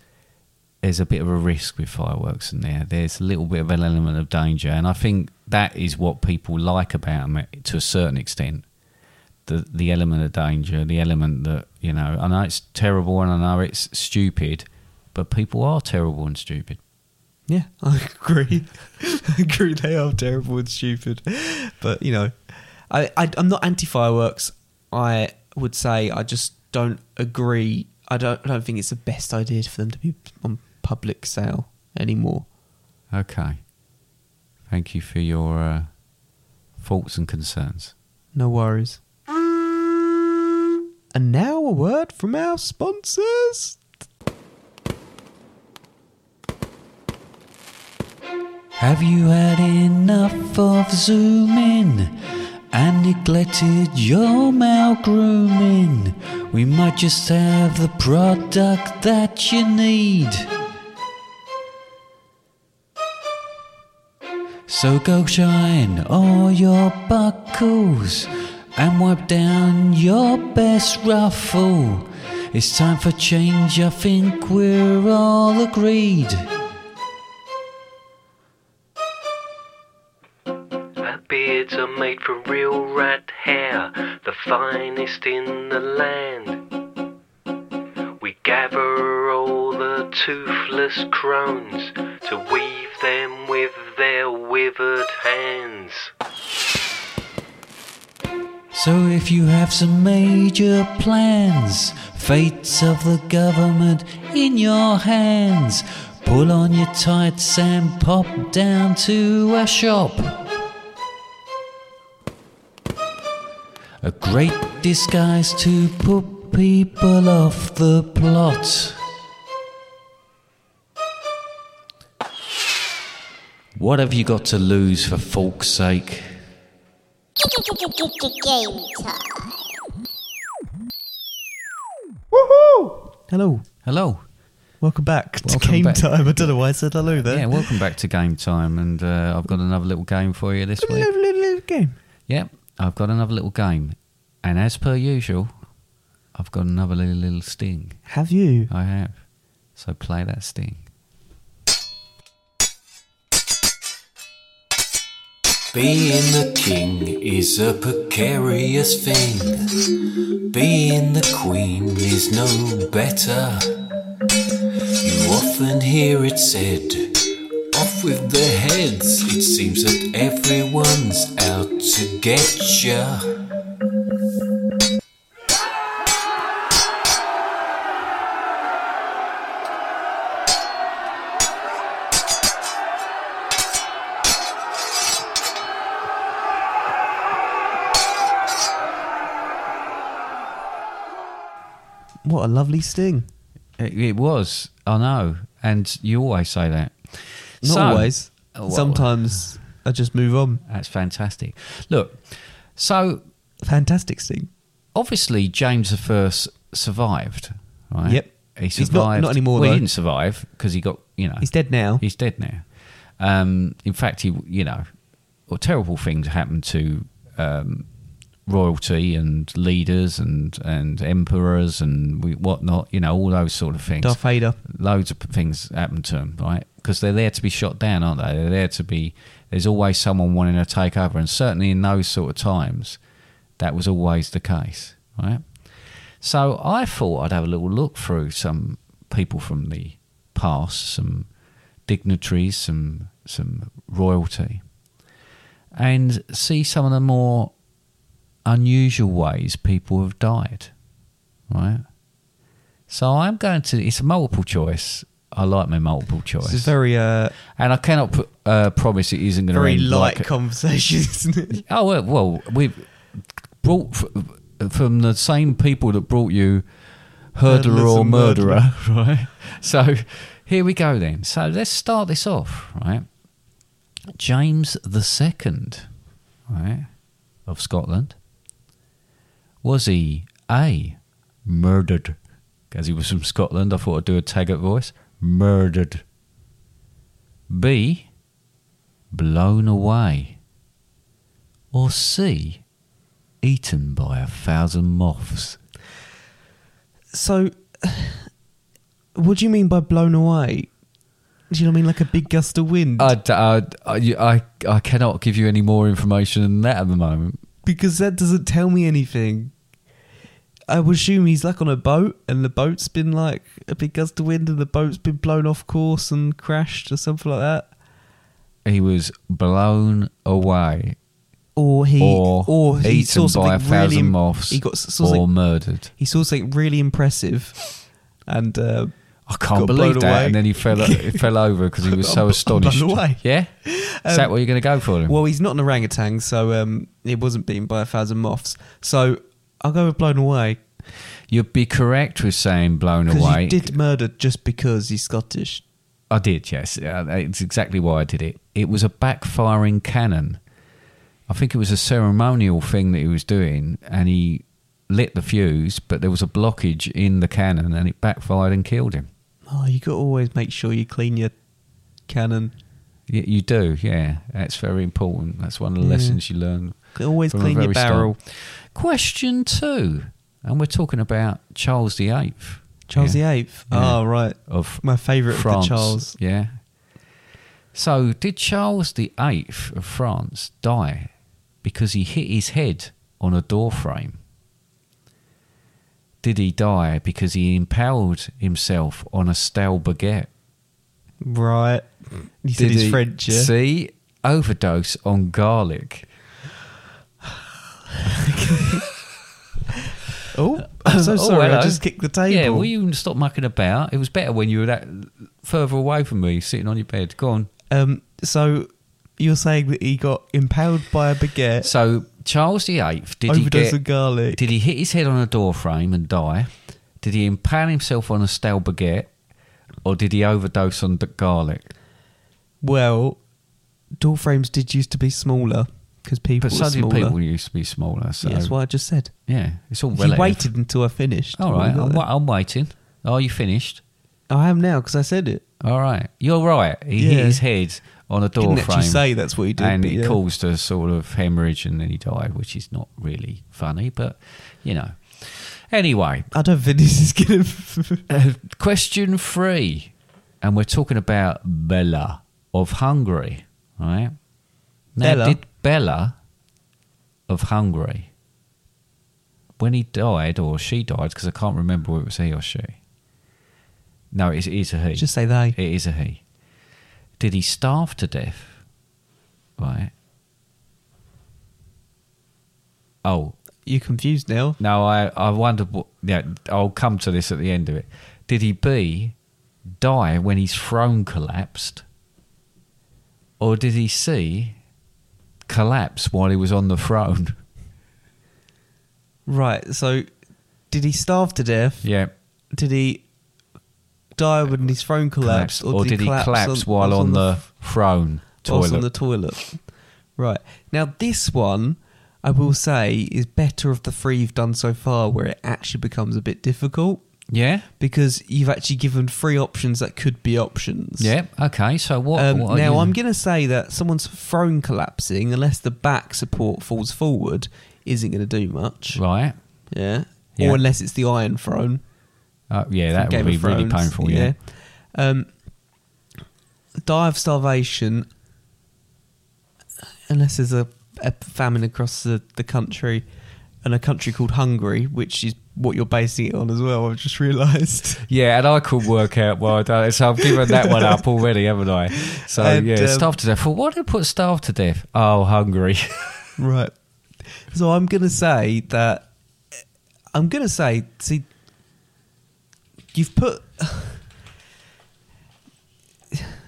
There's a bit of a risk with fireworks in there. There's a little bit of an element of danger, and I think that is what people like about them to a certain extent. The the element of danger, the element that you know. I know it's terrible, and I know it's stupid, but people are terrible and stupid.
yeah i agree i agree they are terrible and stupid but you know I, I i'm not anti fireworks i would say i just don't agree i don't I don't think it's the best idea for them to be on public sale anymore
Okay. Thank you for your uh, thoughts and concerns.
no worries and now a word from our sponsors
Have you had enough of zooming and neglected your mouth grooming? We might just have the product that you need. So go shine all your buckles and wipe down your best ruffle. It's time for change, I think we're all agreed.
Flat beards are made from real rat hair, the finest in the land. We gather all the toothless crones to weave them with their withered hands.
So if you have some major plans, fates of the government in your hands, pull on your tights and pop down to a shop. A great disguise to put people off the plot. What have you got to lose for folk's sake?
Game time.
Woohoo!
hello
Hello.
welcome back to
Welcome
game
back.
time i don't know why i said hello there
Yeah, welcome back to Game Time, and uh, I've got another little game for you this week.
Lovely little game
Yep, I've got another little game, and as per usual, I've got another little, little sting.
Have you?
I have. So play that sting.
Being the king is a precarious thing. Being the queen is no better. You often hear it said, off with their heads. It seems that everyone's out to get ya.
What a lovely sting.
It, it was. I know. And you always say that.
Not
So-
always.
Oh, well,
Sometimes I just move on.
That's fantastic. Look, so
Fantastic sting.
obviously James the First survived, right?
Yep.
He
He's not-
survived.
not anymore,
Well,
though.
he didn't survive because he got, you know,
He's dead now.
He's dead now. Um, in fact, he, you know, well, terrible things happened to um, royalty and leaders and and emperors and we- whatnot. You know, all those sort of things.
Darth Vader.
Loads of p- things happen to them, right? Because they're there to be shot down, aren't they? They're there to be. There's always someone wanting to take over, and certainly in those sort of times, that was always the case, right? So I thought I'd have a little look through some people from the past, some dignitaries, some some royalty, and see some of the more unusual ways people have died. Right. So I'm going to. It's a multiple choice. I like my multiple choice,
This is very uh,
and I cannot pr- uh, promise it isn't going to
very
end
light
like
conversation, isn't it?
*laughs* Oh well, well we've brought f- from the same people that brought you
Hurdlers
hurdler or
and
murderer, *laughs* right? So here we go then. So let's start this off, right? James the Second, right, of Scotland. Was he a murdered? Because he was from Scotland, I thought I'd do a Taggart voice. Murdered. B. Blown away or C, eaten by a thousand moths?
So, what do you mean by blown away? Do you know what I mean? Like a big gust of wind?
I, d- I, I, I cannot give you any more information than that at the moment.
because that doesn't tell me anything. I would assume he's like on a boat, and the boat's been like a big gust of wind, and the boat's been blown off course and crashed or something like that.
He was blown away
Or he,
or,
or he
eaten
saw something
by a thousand
really,
moths
He got saw
or
something,
murdered.
he saw something really impressive, and uh,
I can't
got
believe
blown
that.
away.
And then
*laughs*
he fell, he fell over because he was so
I'm- I'm
astonished.
blown away. Um,
Yeah? Is that what you're going to go for him?
well, he's not an orangutan, so um, he wasn't beaten by a thousand moths. So I'll go with blown away
You'd be correct with saying blown
because
away.
he did murder just because he's Scottish.
I did, yes. Uh, It's exactly why I did it. It was a backfiring cannon. I think it was a ceremonial thing that he was doing, and he lit the fuse, but there was a blockage in the cannon, and it backfired and killed him.
Oh, you got to always make sure you clean your cannon.
You, you do, yeah. That's very important. That's one of the
Yeah.
lessons you learn.
Always
from the
clean your
very start.
barrel.
Question two, and we're talking about Charles the Eighth.
Charles
Yeah.
VIII.
Yeah.
Oh, right.
of
My favourite of the
France.
Charles.
Yeah. So did Charles the Eighth of France die because he hit his head on a door frame? Did he die because he impaled himself on a stale baguette?
Right. He said
Did
he's
he-
French, yeah?
See, overdose on garlic.
Oh, I'm *laughs* so
*laughs* Oh,
sorry.
hello.
I just kicked the table.
Yeah, will you stop mucking about? It was better when you were that further away from me, sitting on your bed. Go on.
um, so you're saying that he got impaled by a baguette,
So Charles the Eighth did he
overdose
get
of garlic.
Did he hit his head on a door frame and die? Did he impale himself on a stale baguette? Or did he overdose on the garlic?
well, door frames did used to be smaller because people
But so
were
did
smaller.
people used to be smaller. So
Yeah, that's what I just said.
yeah, it's all
You
relative.
waited until I finished.
All right,
You got
I'm,
that.
wa- I'm waiting. Are you finished?
I am now because I said it.
All right, you're right. He
Yeah.
hit his head on a door
Didn't
frame,
actually say that's what he did.
and
but
it
yeah.
caused a sort of hemorrhage, and then he died, which is not really funny, but you know. Anyway,
I don't think this is going to.
uh, question three, and we're talking about Bella of Hungary, right? Now,
Bella?
did Bella of Hungary, when he died or she died, because I can't remember whether it was he or she. No, it is, it is a
*laughs*
he.
Just say they.
It is a he. Did he starve to death? Right. Oh,
You're confused now.
no, I, I wonder what. Yeah, I'll come to this at the end of it. Did he B die when his throne collapsed, or did he C collapse while he was on the throne?
Right. So, did he starve to death?
Yeah,
Did he die when his throne collapsed,
collapsed, or did he collapse,
on-
while
was
on, the, throne
whilst
toilet?
on the toilet? Right. Now, this one I will say is better of the three you've done so far, where it actually becomes a bit difficult
yeah,
because you've actually given three options that could be options.
yeah. Okay, so what?
Um,
what are
now,
you-
I'm going to say that someone's throne collapsing, unless the back support falls forward, isn't going to do much.
right.
Yeah.
Yeah.
Or unless it's the Iron Throne.
Uh, yeah, that
from
would be
Game of
really
Thrones,
painful. Yeah.
Um, die of starvation, unless there's a, a famine across the, the country, and a country called Hungary, which is what you're basing it on as well. I've just realised.
Yeah, and I could work out why I done it. So I've given that one up already, haven't I? So
And,
yeah,
um,
starved to death. Well, why did it put starved to death? Oh, hungry. *laughs*
right. So I'm gonna say that I'm gonna say see you've put *sighs*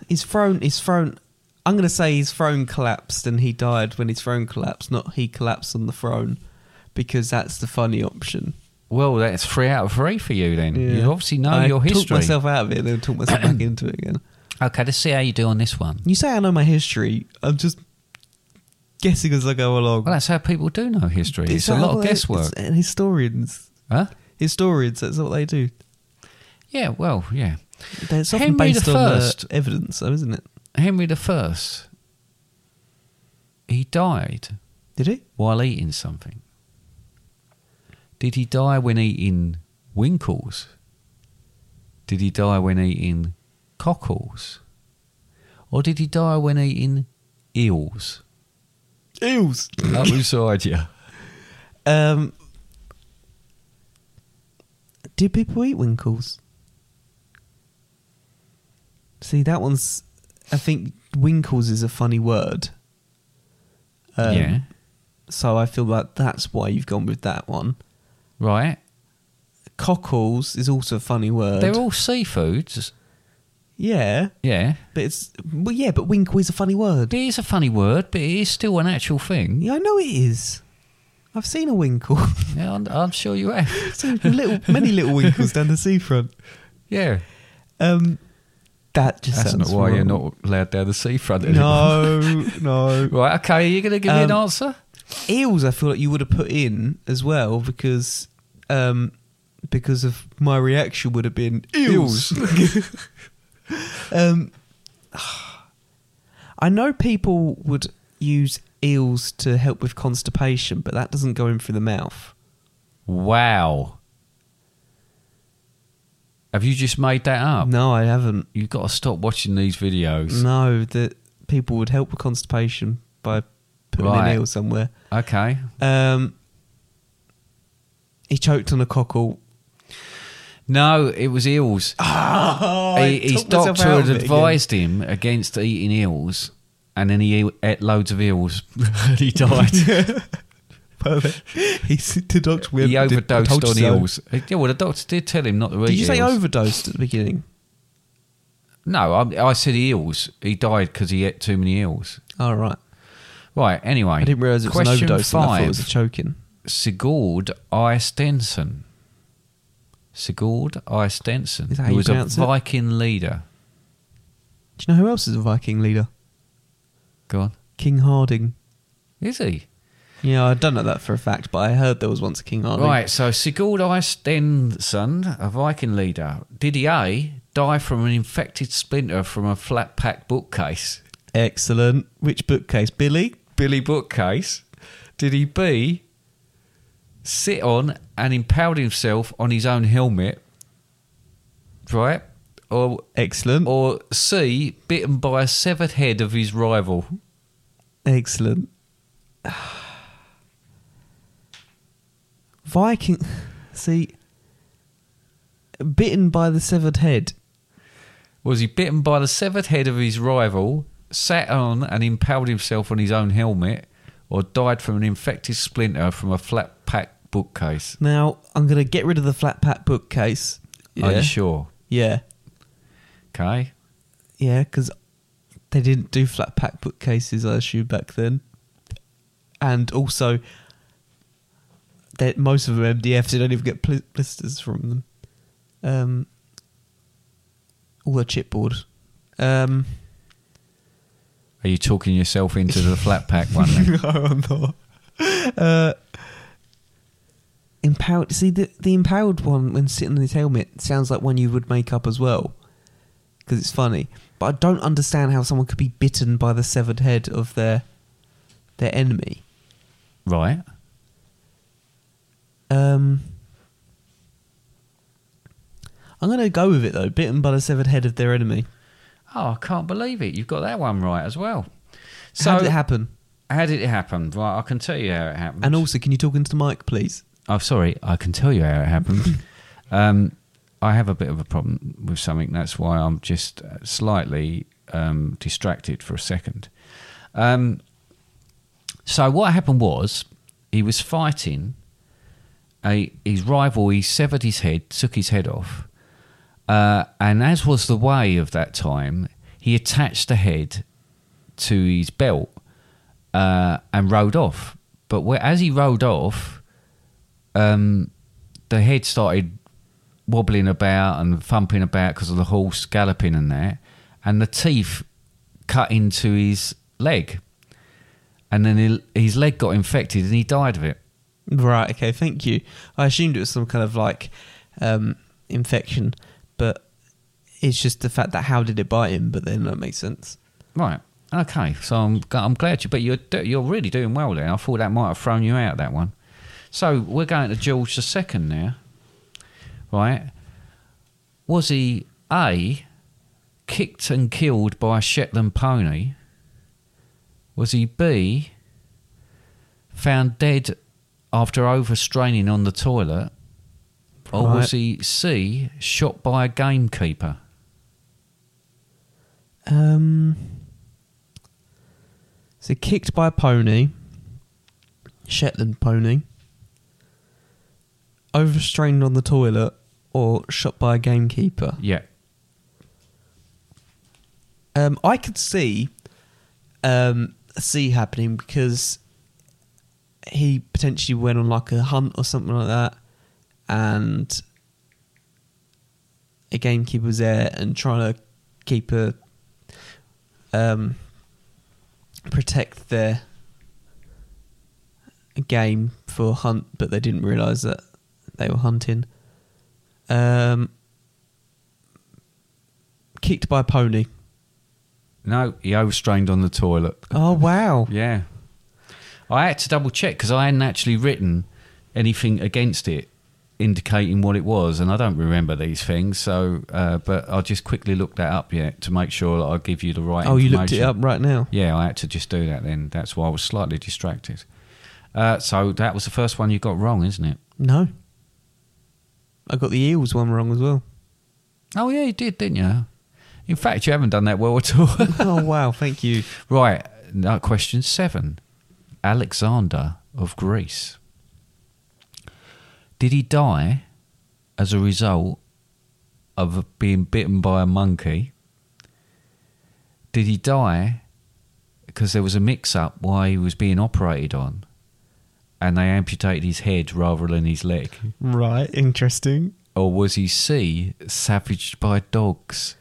his throne his throne I'm gonna say his throne collapsed and he died when his throne collapsed, not he collapsed on the throne. Because that's the funny option.
well, that's three out of three for you then.
Yeah.
You obviously know
I
your
Talked
history.
myself out of it and then talked myself
*clears throat*
back into it again.
Okay, let's see how you do on this one.
You say I know my history. I'm just guessing as I go along.
Well, that's how people do know history. It's, a
how
lot of
they-
guesswork,
it's- And historians,
huh?
historians, that's what they do.
Yeah. Well, yeah.
They're often
Henry the
based on uh,
First.
evidence, though, isn't it?
Henry the First. He died
Did he?
while eating something. Did he die when eating winkles? Did he die when eating cockles? Or did he die when eating eels?
Eels.
Up beside you.
Um, do people eat winkles? See, that one's. I think winkles is a funny word. Um,
yeah.
So I feel like that's why you've gone with that one.
Right.
Cockles is also a funny word.
They're all seafoods.
yeah,
Yeah.
but it's well, yeah, but winkle is a funny
It
word.
is a funny word, but it is still an actual thing.
Yeah, I know it is. I've seen a winkle. *laughs*
Yeah, I'm, I'm sure you have. *laughs*
So little, many little winkles down the seafront.
Yeah.
Um, that just
That's
sounds
not why you're
wrong.
not allowed down the seafront anymore.
No, *laughs* no.
*laughs* Right, okay, are you going to give me an
Um,
answer?
Eels, I feel like you would have put in as well because, um, because of my reaction would have been eels. um, I know people would use eels to help with constipation, but that doesn't go in through the mouth.
Wow. Have you just made that up?
No, I haven't.
You've got to stop watching these videos.
No, that people would help with constipation by putting
Right.
an eel somewhere.
Okay.
Um, he choked on a cockle.
No, it
*laughs*
was eels.
Oh,
He- his doctor had advised him against eating eels, and then he ate loads
*laughs*
of eels and *laughs* he died.
Perfect. He said to doctor, we
he
had- I
overdosed
told you
on
so.
eels. Yeah, well, the doctor did tell him not to eat
Did you say
eels.
overdosed at the beginning?
No, I, I said eels. He died because he ate too many eels.
All right.
Right, anyway.
I didn't realise it was
Question
an overdose. and I thought
Five.
it was a choking.
Sigurd I. Stenson. Sigurd I. Stenson,
Is that how
who
you
was a
pronounce it?
Viking leader.
Do you know who else is a Viking leader?
Go on.
King Harding.
Is he?
Yeah, I don't know that for a fact, but I heard there was once a King Harding.
Right, so Sigurd I. Stenson, a Viking leader, did he A, die from an infected splinter from a flat pack bookcase?
Excellent. Which bookcase? Billy?
Billy bookcase? Did he B, sit on and impaled himself on his own helmet, right? Or
Excellent.
or C, bitten by a severed head of his rival.
Excellent. *sighs* Viking. *sighs* See, bitten by the severed head.
Was he bitten by the severed head of his rival, sat on and impaled himself on his own helmet, or died from an infected splinter from a flat pack bookcase?
Now I'm gonna get rid of the flat pack bookcase.
Are you sure?
Yeah,
Okay.
yeah, because they didn't do flat pack bookcases, I assume, back then. And also, that most of them MDFs. You don't even get pl- blisters from them. Um, all the chipboard. Um,
Are you talking yourself into the flat pack one? then?
*laughs* no, I'm not. Uh, empowered. See the the empowered one when sitting on his helmet sounds like one you would make up as well, because it's funny. But I don't understand how someone could be bitten by the severed head of their their enemy.
Right.
Um, I'm gonna go with it though. Bitten by the severed head of their enemy.
Oh, I can't believe it. You've got that one right as well. So,
how did it happen?
how did it happen? Right, I can tell you how it happened.
And also, can you talk into the mic, please?
Oh, sorry, I can tell you how it happened. um, I have a bit of a problem with something. That's why I'm just slightly um, distracted for a second. Um, so what happened was he was fighting a his rival. He severed his head, took his head off, uh, and as was the way of that time, he attached the head to his belt uh, and rode off. But where, as he rode off, um, the head started wobbling about and thumping about because of the horse galloping and that, and the teeth cut into his leg, and then he, his leg got infected and he died of it.
Right. Okay. Thank you. I assumed it was some kind of like um, infection, but it's just the fact that how did it bite him? But then that makes sense.
Right. Okay. So I'm g- I'm glad you, but you're do- you're really doing well there. I thought that might have thrown you out that one. So we're going to George the Second now. Right. Was he a kicked and killed by a Shetland pony? Was he b found dead after overstraining on the toilet? Or was
Right.
he C shot by a gamekeeper?
Um, so kicked by a pony, Shetland pony, overstrained on the toilet, or shot by a gamekeeper.
Yeah.
Um, I could see um, see happening because he potentially went on like a hunt or something like that, and a gamekeeper was there and trying to keep a um, protect their game for a hunt, but they didn't realise that they were hunting. Um, kicked by a pony.
No, he overstrained on the toilet.
Oh wow!
Yeah. I had to double check because I hadn't actually written anything against it indicating what it was, and I don't remember these things. So, uh, but I just quickly looked that up, yeah, to make sure that I give you the right
Oh, you looked it
information.
up right now.
Yeah, I had to just do that then. That's why I was slightly distracted. Uh, so that was the first one you got wrong, isn't it?
No, I got the eels one wrong as *laughs* well.
Oh, yeah, you did, didn't you? In fact, you haven't done that well at all. *laughs*
oh wow! Thank you.
right, now question seven. Alexander of Greece. Did he die as a result of being bitten by a monkey? Did he die because there was a mix up while he was being operated on and they amputated his head rather than his leg?
Right, interesting.
Or was he C, savaged by dogs?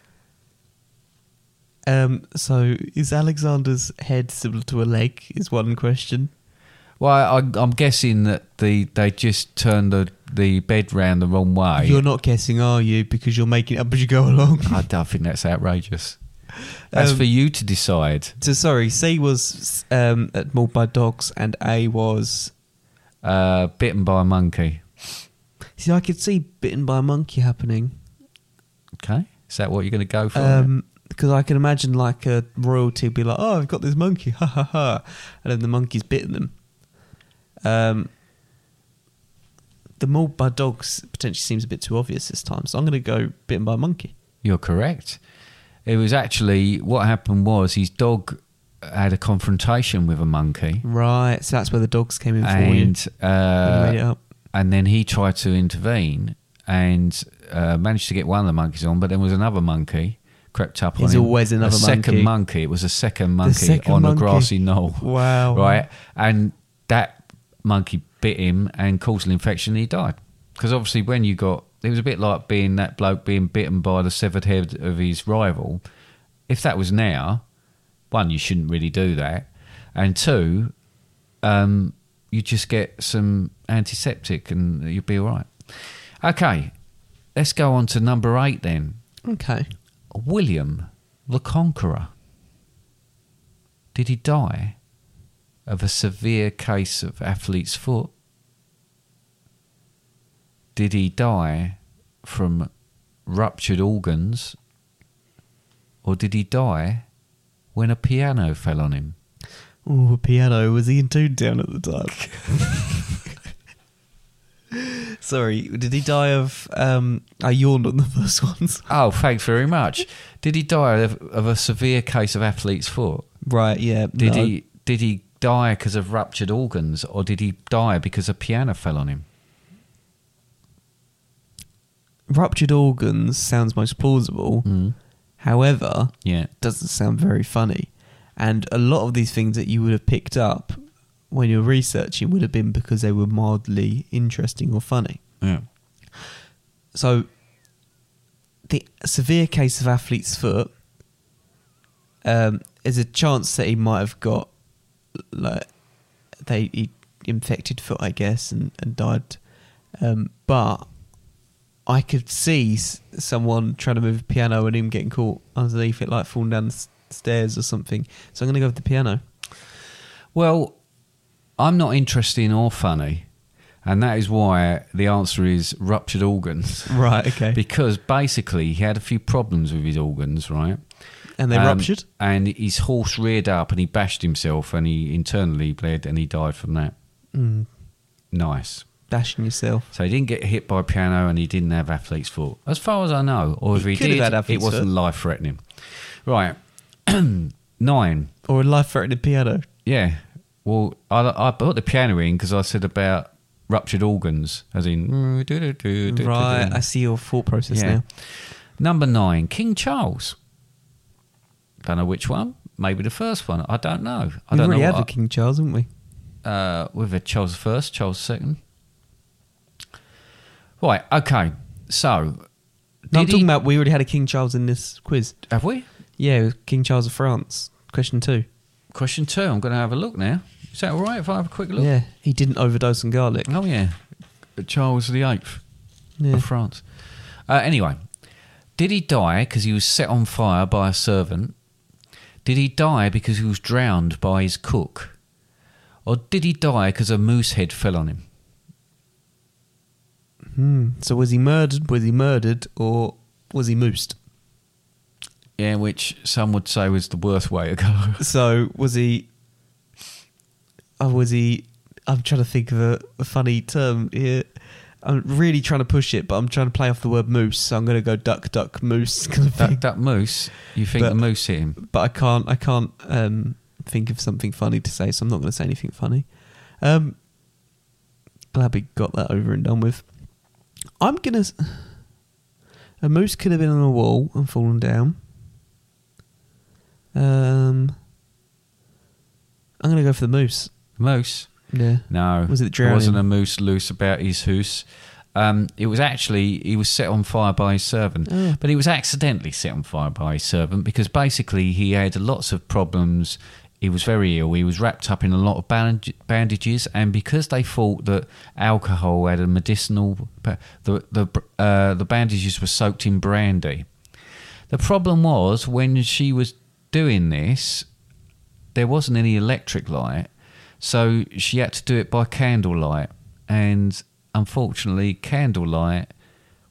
Um, so is Alexander's head similar to a leg? Is one question.
Well, I, I'm guessing that the they just turned the, the bed round the wrong way.
You're not guessing, are you? Because you're making it up as you go *laughs* along.
I, don't think
*laughs*
that's outrageous. That's
Um,
for you to decide.
so sorry. C was um, mauled by dogs, and A was
Uh, bitten by a monkey.
See, I could see bitten by a monkey happening.
Okay, is that what you're going to go for?
Um 'cause because I can imagine like a royalty would be like, "Oh, I've got this monkey, ha ha ha," and then the monkey's bitten them. Um, the mauled by dogs potentially seems a bit too obvious this time, so I'm going to go bitten by a monkey.
You're correct. It was actually what happened was his dog had a confrontation with a monkey,
Right, so that's where the dogs came in for you.
and
When you made it
uh,
up.
and then he tried to intervene and uh, managed to get one of the monkeys on, but then was another monkey crept up
There's
on him.
always another
a second
monkey.
monkey. It was a second monkey
second
on
monkey.
a grassy knoll.
Wow.
Right, and that monkey bit him and caused an infection. and He died because obviously when you got it was a bit like being that bloke being bitten by the severed head of his rival. If that was now, one you shouldn't really do that, and two, um, you just get some antiseptic and you'll be all right. Okay, let's go on to number eight then.
Okay,
William the Conqueror. Did he die of a severe case of athlete's foot? Did he die from ruptured organs? Or did he die when a piano fell on him?
oh, a piano was he in tune down at the *laughs* time? Sorry, did he die of? Um, I yawned on the first one.
Oh, thanks very much. Did he die of, of a severe case of athlete's foot?
Right, yeah.
Did
no.
he did he die because of ruptured organs, or did he die because a piano fell on him?
ruptured organs sounds most plausible. However,
Yeah.
doesn't sound very funny. And a lot of these things that you would have picked up when you were researching would have been because they were mildly interesting or funny.
Yeah.
So, the severe case of athlete's foot um, is a chance that he might have got like they he infected foot, I guess, and and died. Um, but I could see s- someone trying to move a piano and him getting caught underneath it, like falling down the s- stairs or something. So I'm going to go with the piano.
Well, I'm not interesting or funny, and that is why the answer is ruptured organs.
*laughs* Right, okay.
because basically he had a few problems with his organs, right?
And they
Um,
ruptured.
and his horse reared up, and he bashed himself, and he internally bled, and he died from that.
Hmm.
Nice.
Dashing yourself.
So he didn't get hit by a piano and he didn't have athlete's foot. As far as I know, or if
He
he,
could have
did,
had
it
athlete's
wasn't
foot.
life threatening. Right. *clears throat* Nine.
Or a life threatening piano.
Yeah. Well, I, I put the piano in because I said about ruptured organs, as in. "Mm,
Right, I see your thought process
Yeah.
now.
Number nine, King Charles. Don't know which one. Maybe the first one. I don't know. I
We
don't
already
know.
had
what
the King Charles, haven't we?
uh, with a Charles first, Charles second. Right. Okay. So,
No, I'm
did
talking
he-
about we already had a King Charles in this quiz.
have we?
Yeah, it was King Charles of France. Question two.
Question two. I'm going to have a look now. Is that all right if I have a quick look?
Yeah, he didn't overdose on garlic.
Oh yeah, Charles the Eighth
Yeah.
of France. Uh, anyway, did he die because he was set on fire by a servant? Did he die because he was drowned by his cook? Or did he die because a moose head fell on him?
Hmm. So was he murdered? Was he murdered, or was he moosed?
Yeah, which some would say was the worst way to go.
So was he? Oh, was he? I'm trying to think of a, a funny term here. I'm really trying to push it, but I'm trying to play off the word moose. So I'm going to go duck, duck, moose. *laughs* Kind of
that,
thing.
that moose, you think
But-
the moose hit him?
But I can't. I can't um, think of something funny to say. So I'm not going to say anything funny. Um, glad we got that over and done with. I'm gonna. s- A moose could have been on a wall and fallen down. Um, I'm gonna go for the moose.
Moose?
Yeah.
No.
Was it
There wasn't a
drowning?
moose loose about his hoose. Um, it was actually, he was set on fire by his servant.
Oh.
But he was accidentally set on fire by his servant because basically he had lots of problems. He was very ill. He was wrapped up in a lot of bandage- bandages. And because they thought that alcohol had a medicinal, the, the, uh, the bandages were soaked in brandy. The problem was when she was doing this, there wasn't any electric light. So she had to do it by candlelight. And unfortunately, candlelight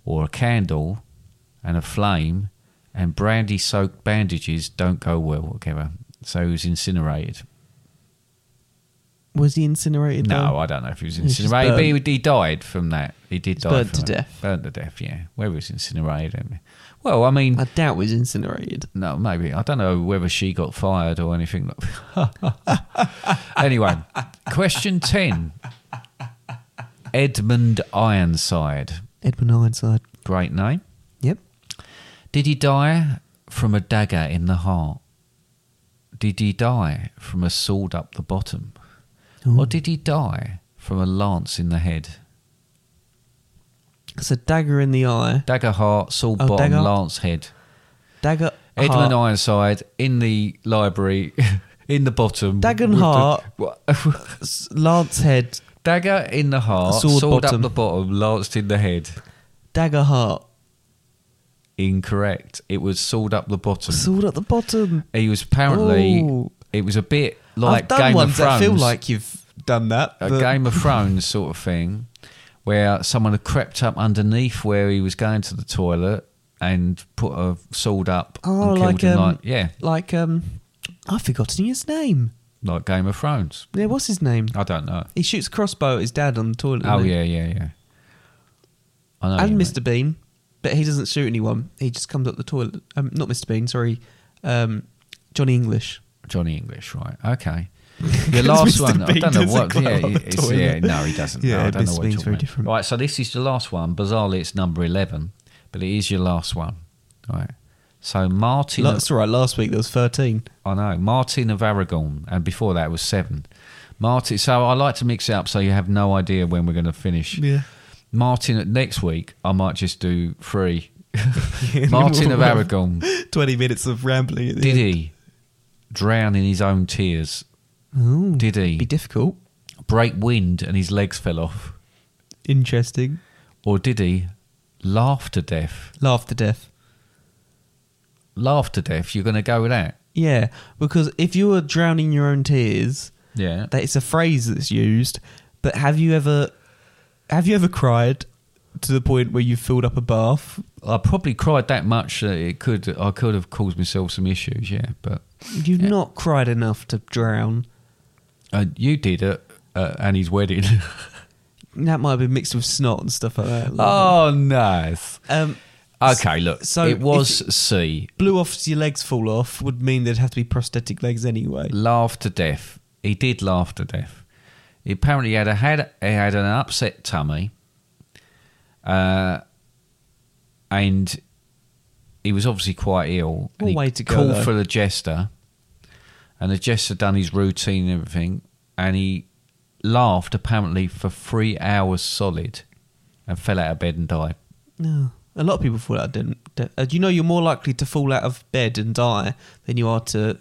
or a candle and a flame and brandy soaked bandages don't go well together. So he was incinerated.
Was he incinerated?
No,
though?
I don't know if he was
Oh. was just
incinerated, but
burned.
he, he died from that. He did die
burned
from
to
it.
death.
Burned to death, yeah. Whether he was incinerated. I mean- Well, I mean,
I doubt he was incinerated.
no, maybe. I don't know whether she got fired or anything. *laughs* anyway, question 10 Edmund Ironside.
Edmund Ironside.
Great name.
Yep.
Did he die from a dagger in the heart? Did he die from a sword up the bottom?
Ooh.
Or did he die from a lance in the head?
It's a dagger in the eye.
Dagger heart, sword
Oh,
bottom,
dagger.
lance head.
Dagger. heart.
Edmund Ironside in the library, *laughs* in the bottom.
Dagger and
with the-
heart.
*laughs* What-
S- Lance head.
Dagger in the heart,
Sword
sword,
bottom.
up the bottom, lanced in the head.
Dagger heart.
Incorrect. It was sword up the bottom.
Sword at the bottom.
He was apparently.
Ooh.
It was a bit like
I've done
Game
ones
of Thrones.
that feel like you've done that.
a
but- *laughs*
Game of Thrones sort of thing, where someone had crept up underneath where he was going to the toilet and put a sword up
Oh,
and
like
killed him.
um,
like, yeah,
like um, I've forgotten his name.
like Game of Thrones.
Yeah, what's his name?
I don't know.
He shoots a crossbow at his dad on the toilet.
Oh
doesn't he?
yeah, Oh, yeah, yeah. I know.
and
you,
Mr. Bean, but he doesn't shoot anyone. He just comes up the toilet. Um, not Mr. Bean, sorry, um, Johnny English.
mate. Johnny English, right?
*laughs*
Okay. Your
'Cause
last
Mr.
one. I
Bean
don't know
doesn't
what.
go
Yeah,
on the
it's-
toilet.
yeah, no, he doesn't. No,
Yeah,
I don't know
Mr.
what
Bean's
you're talking
very
about.
different.
Right, so this is the last one. Bizarrely, it's number eleven, but it is your last one. Right. So Martin.
La- That's right. Last week there was thirteen. *laughs*
I know. Martin of Aragon, and before that was seven. Martin. So I like to mix it up so you have no idea when we're going to finish.
Yeah.
Martin, next week I might just
*laughs*
do three. *laughs* Martin of Aragon,
Twenty minutes of rambling. At the
did
end.
he drown in his own tears?
Ooh,
Did
be
he
difficult.
break wind and his legs fell off?
Interesting.
Or did he laugh to death?
Laugh to death.
Laugh to death, you're going to go with that?
Yeah, because if you were drowning your own tears,
Yeah.
that it's a phrase that's used. But have you ever, have you ever cried to the point where you filled up a bath?
I probably cried that much that it could, I could have caused myself some issues, yeah, but.
You've not cried enough to drown.
Uh, you did at uh, Annie's wedding. *laughs*
That might have been mixed with snot and stuff like that.
oh, nice.
Um,
Okay, look.
so
it was
if-
C.
blew off your legs fall off would mean there'd have to be prosthetic legs anyway.
Laugh to death. He did laugh to death. He apparently had a had he had an upset tummy. Uh, and he was obviously quite ill. and
What
he
way to go,
Called
though.
for the jester, and the jester done his routine and everything, and he laughed apparently for three hours solid, and fell out of bed and died.
No. A lot of people fall out of bed. Uh, You know, you're more likely to fall out of bed and die than you are to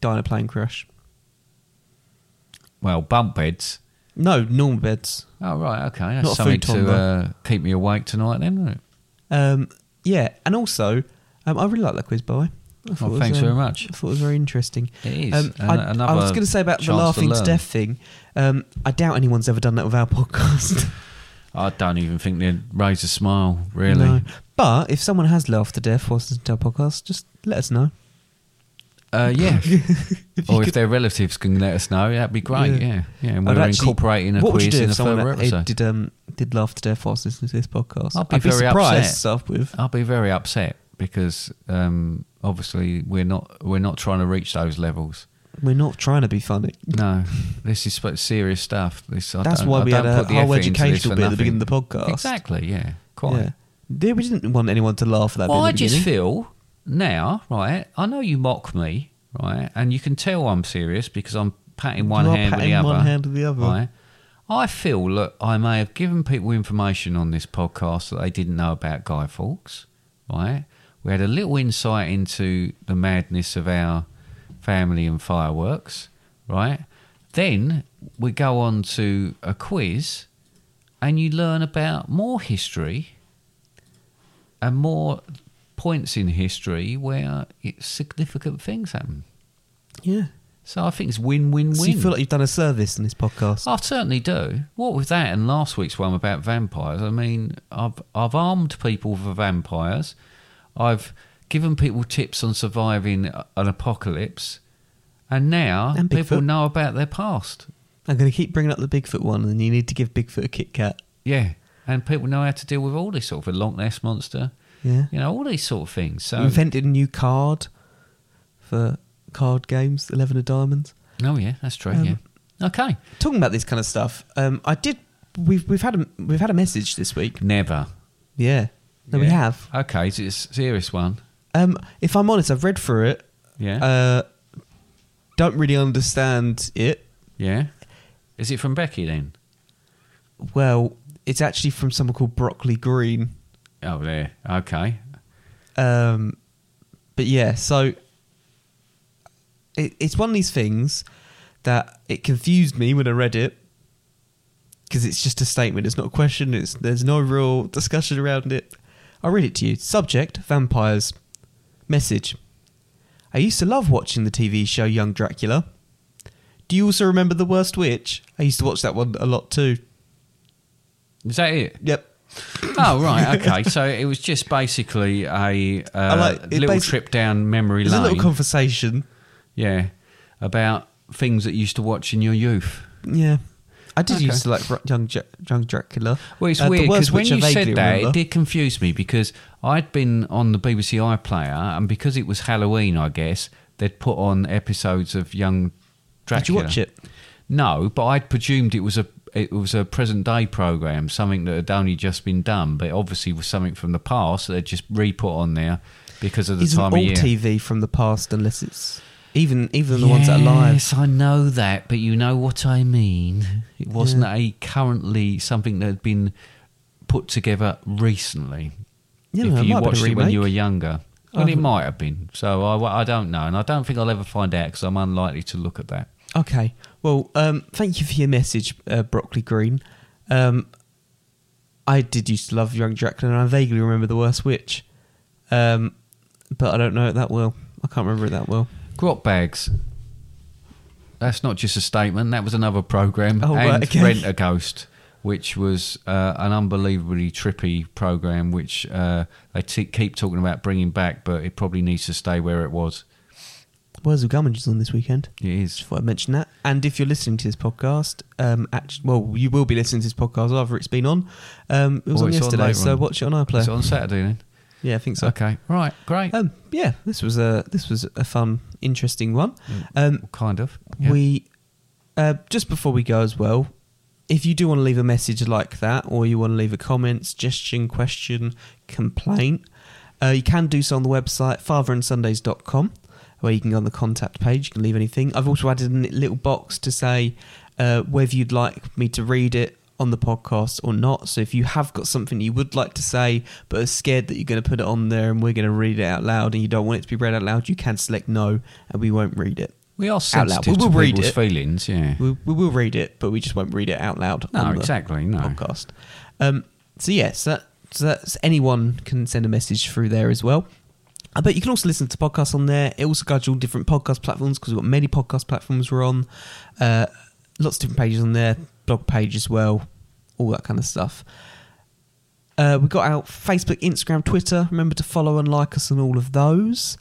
die in a plane crash.
well, bump beds.
No, normal beds.
Oh right, okay, that's
Not a
something
futon,
to uh, keep me awake tonight, then. Isn't it?
Um, yeah, and also, um, I really like that quiz, by the way. I thought it was,
thanks
um,
very much.
I thought it was very interesting. Um,
It is. An-
I, I
another
was going to say about the
chance to
laughing to,
learn.
death thing. Um, I doubt anyone's ever done that with our podcast. *laughs*
I don't even think they'd raise a smile, *laughs* really.
No. But if someone has laughed to death whilst listening to our podcast, just let us know.
Uh,
*laughs*
yeah. or if their relatives can let us know, that'd be great. Yeah, yeah. And
I'd
we're
actually-
incorporating a
what would you
quiz
do
in
if
a
someone
further
had-
episode.
Did, um, did laugh to death whilst listening to this podcast?
I'd be
I'd be
very
surprised
upset.
to start with.
I'll be very upset because um, obviously we're not we're not trying to reach those levels.
We're not trying to be funny.
No, this is sp- serious stuff. This I
That's
don't-
why
I
we had
don't
a
put the
whole
effort into this
educational
for
bit at the beginning of
nothing.
the podcast.
Exactly. Yeah. Quite.
Yeah. There- We didn't want anyone to laugh at that. bit
Well,
at
I
the
just
beginning.
feel now, right? I know you mock me, right? And you can tell I'm serious because I'm patting one
You are
hand
patting
with the
one
other.
hand with the other.
Right? I feel that I may have given people information on this podcast that they didn't know about Guy Fawkes, right? We had a little insight into the madness of our family and fireworks, right? Then we go on to a quiz and you learn about more history and more points in history where it- significant things happen.
Yeah.
So I think it's win-win-win.
So you feel like you've done a service in this podcast.
I certainly do. What with that and last week's one about vampires? I mean, I've I've armed people for vampires. I've given people tips on surviving an apocalypse, and now
And
people
Bigfoot.
know about their past.
I'm going to keep bringing up the Bigfoot one, and you need to give Bigfoot a Kit Kat.
Yeah, and people know how to deal with all this sort of a Loch Ness monster.
Yeah.
You know all these sort of things. So
Invented a new card for card games, Eleven of Diamonds.
oh yeah, that's true.
Um,
yeah. Okay.
Talking about this kind of stuff, um, I did. We've we've had a we've had a message this week.
Never.
Yeah, no, we
Yeah.
have.
Okay, it's a serious one.
Um, if I'm honest, I've read through it.
Yeah.
Uh, don't really understand it.
yeah. Is it from Becky then?
Well, it's actually from someone called Broccoli Green.
Oh, there. Okay.
Um, but yeah, so it, it's one of these things that it confused me when I read it because it's just a statement. It's not a question. It's there's no real discussion around it. I'll read it to you. Subject: Vampires. Message: I used to love watching the TV show Young Dracula. Do you also remember The Worst Witch? I used to watch that one a lot too.
Is that it?
Yep.
Oh right, okay. So it was just basically a uh,
like- it
little
basi-
trip down memory
There's a
lane.
little conversation.
yeah, about things that you used to watch in your youth.
Yeah. I did
Okay.
used to like Dra- young, Dra- young Dracula.
Well, it's
Uh, The
weird
Worst
because when
Witch I
you said
vaguely
that,
remember.
it did confuse me because I'd been on the BBC iPlayer, and because it was Halloween, I guess they'd put on episodes of Young
Did you
Dracula.
watch it?
No, but I'd presumed it was a it was a present day program, something that had only just been done, but it obviously was something from the past that they'd just re put on there because of the
Isn't
time
all
of year.
TV from the past unless it's even even the ones that are live.
Yes, I know that, but you know what I mean. It wasn't a currently something that had been put together recently.
You know,
if
it
you
might have been a
watched it when you were
remake.
younger, well, it
haven't-
might have been. So I, I don't know, and I don't think I'll ever find out because I'm unlikely to look at that.
Okay. Well, um, thank you for your message, uh, Broccoli Green. Um, I did used to love Young Dracula, and I vaguely remember The Worst Witch, um, but I don't know it that well. I can't remember it that well.
Grot bags. That's not just a statement. That was another program,
Oh,
and
right, okay.
Rent a Ghost, which was uh, an unbelievably trippy program, which uh, they t- keep talking about bringing back, but it probably needs to stay where it was.
Where's the Gummidge is on this weekend?
It is.
Just thought I'd mention that. And if you're listening to this podcast, um, act- well, you will be listening to this podcast after it's been on. Um, it was
Or
on
it's on
yesterday,
later
so
on.
watch it on iPlayer.
It's on Saturday then.
Yeah, I think so.
Okay. Right. Great.
Um, yeah, this was a this was a fun, interesting one.
Mm.
Um,
kind of. Yeah.
We uh, just before we go as well, if you do want to leave a message like that, or you want to leave a comment, suggestion, question, complaint, uh, you can do so on the website fatherandsundays.com, where you can go on the contact page. You can leave anything. I've also added a little box to say uh, whether you'd like me to read it on the podcast or not. So if you have got something you would like to say, but are scared that you're going to put it on there and we're going to read it out loud, and you don't want it to be read out loud, you can select no, and we won't read it.
we are
out loud. We
sensitive
will
to
read
people's
it.
feelings. Yeah.
We, we will read it, but we just won't read it out loud.
No,
on the
exactly, no.
podcast. Um, so yes, that, so that's anyone can send a message through there as well. Uh, But you can also listen to podcasts on there. It also guides you all different podcast platforms because we've got many podcast platforms we're on. Uh, lots of different pages on there, blog page as well, all that kind of stuff. Uh, we've got our Facebook, Instagram, Twitter. Remember to follow and like us on all of those.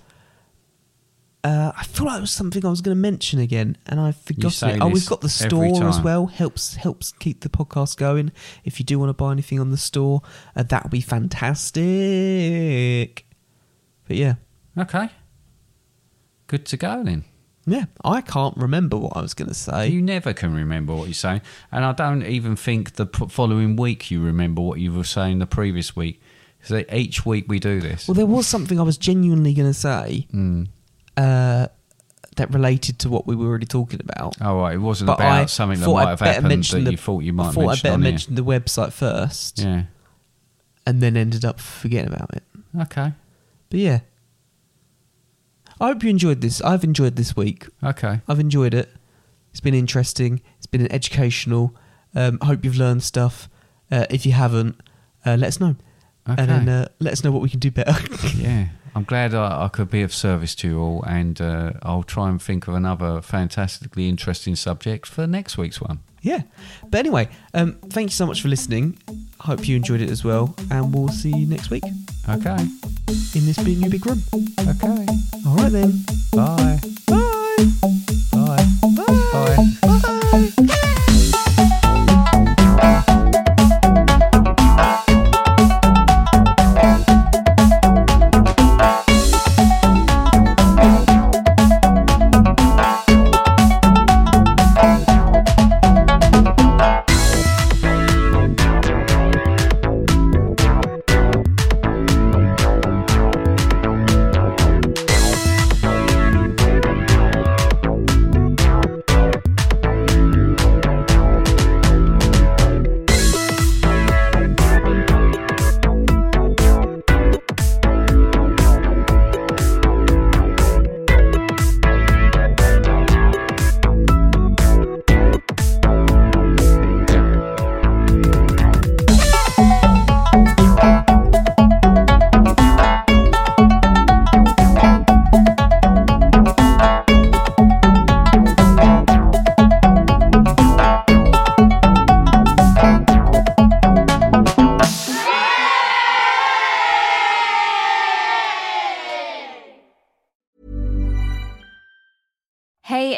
Uh, I feel like it was something I was going to mention again, and I've forgotten
say
it. Oh,
this
we've got the
every
store as
time.
well. Helps helps keep the podcast going. If you do want to buy anything on the store, uh, that would be fantastic. But yeah,
Okay. Good to go then.
yeah, I can't remember what I was going to say.
You never can remember what you're saying, and I don't even think the p- following week you remember what you were saying the previous week. So each week we do this.
Well, there was something I was genuinely going to say
Hmm.
uh, that related to what we were already talking about.
oh, right, it wasn't
but
about
I
something that
thought
might
I'd
have
better
happened
mention
that
the-
you thought you
I
might
thought I'd
mention
better
on here.
mention the website first, and then ended up forgetting about it.
Yeah. Okay.
But yeah, I hope you enjoyed this. I've enjoyed this week.
Okay.
I've enjoyed it. It's been interesting. It's been educational. Um, I hope you've learned stuff. Uh, if you haven't, uh, let us know,
Okay.
and then uh, let us know what we can do better. *laughs*
Yeah. I'm glad I, I could be of service to you all, and uh, I'll try and think of another fantastically interesting subject for next week's one.
Yeah. But anyway, um, thank you so much for listening. Hope you enjoyed it as well, and we'll see you next week
Okay.
in this big new big room.
Okay.
All right then.
Bye.
Bye.
Bye. Bye.
Bye.
Hey,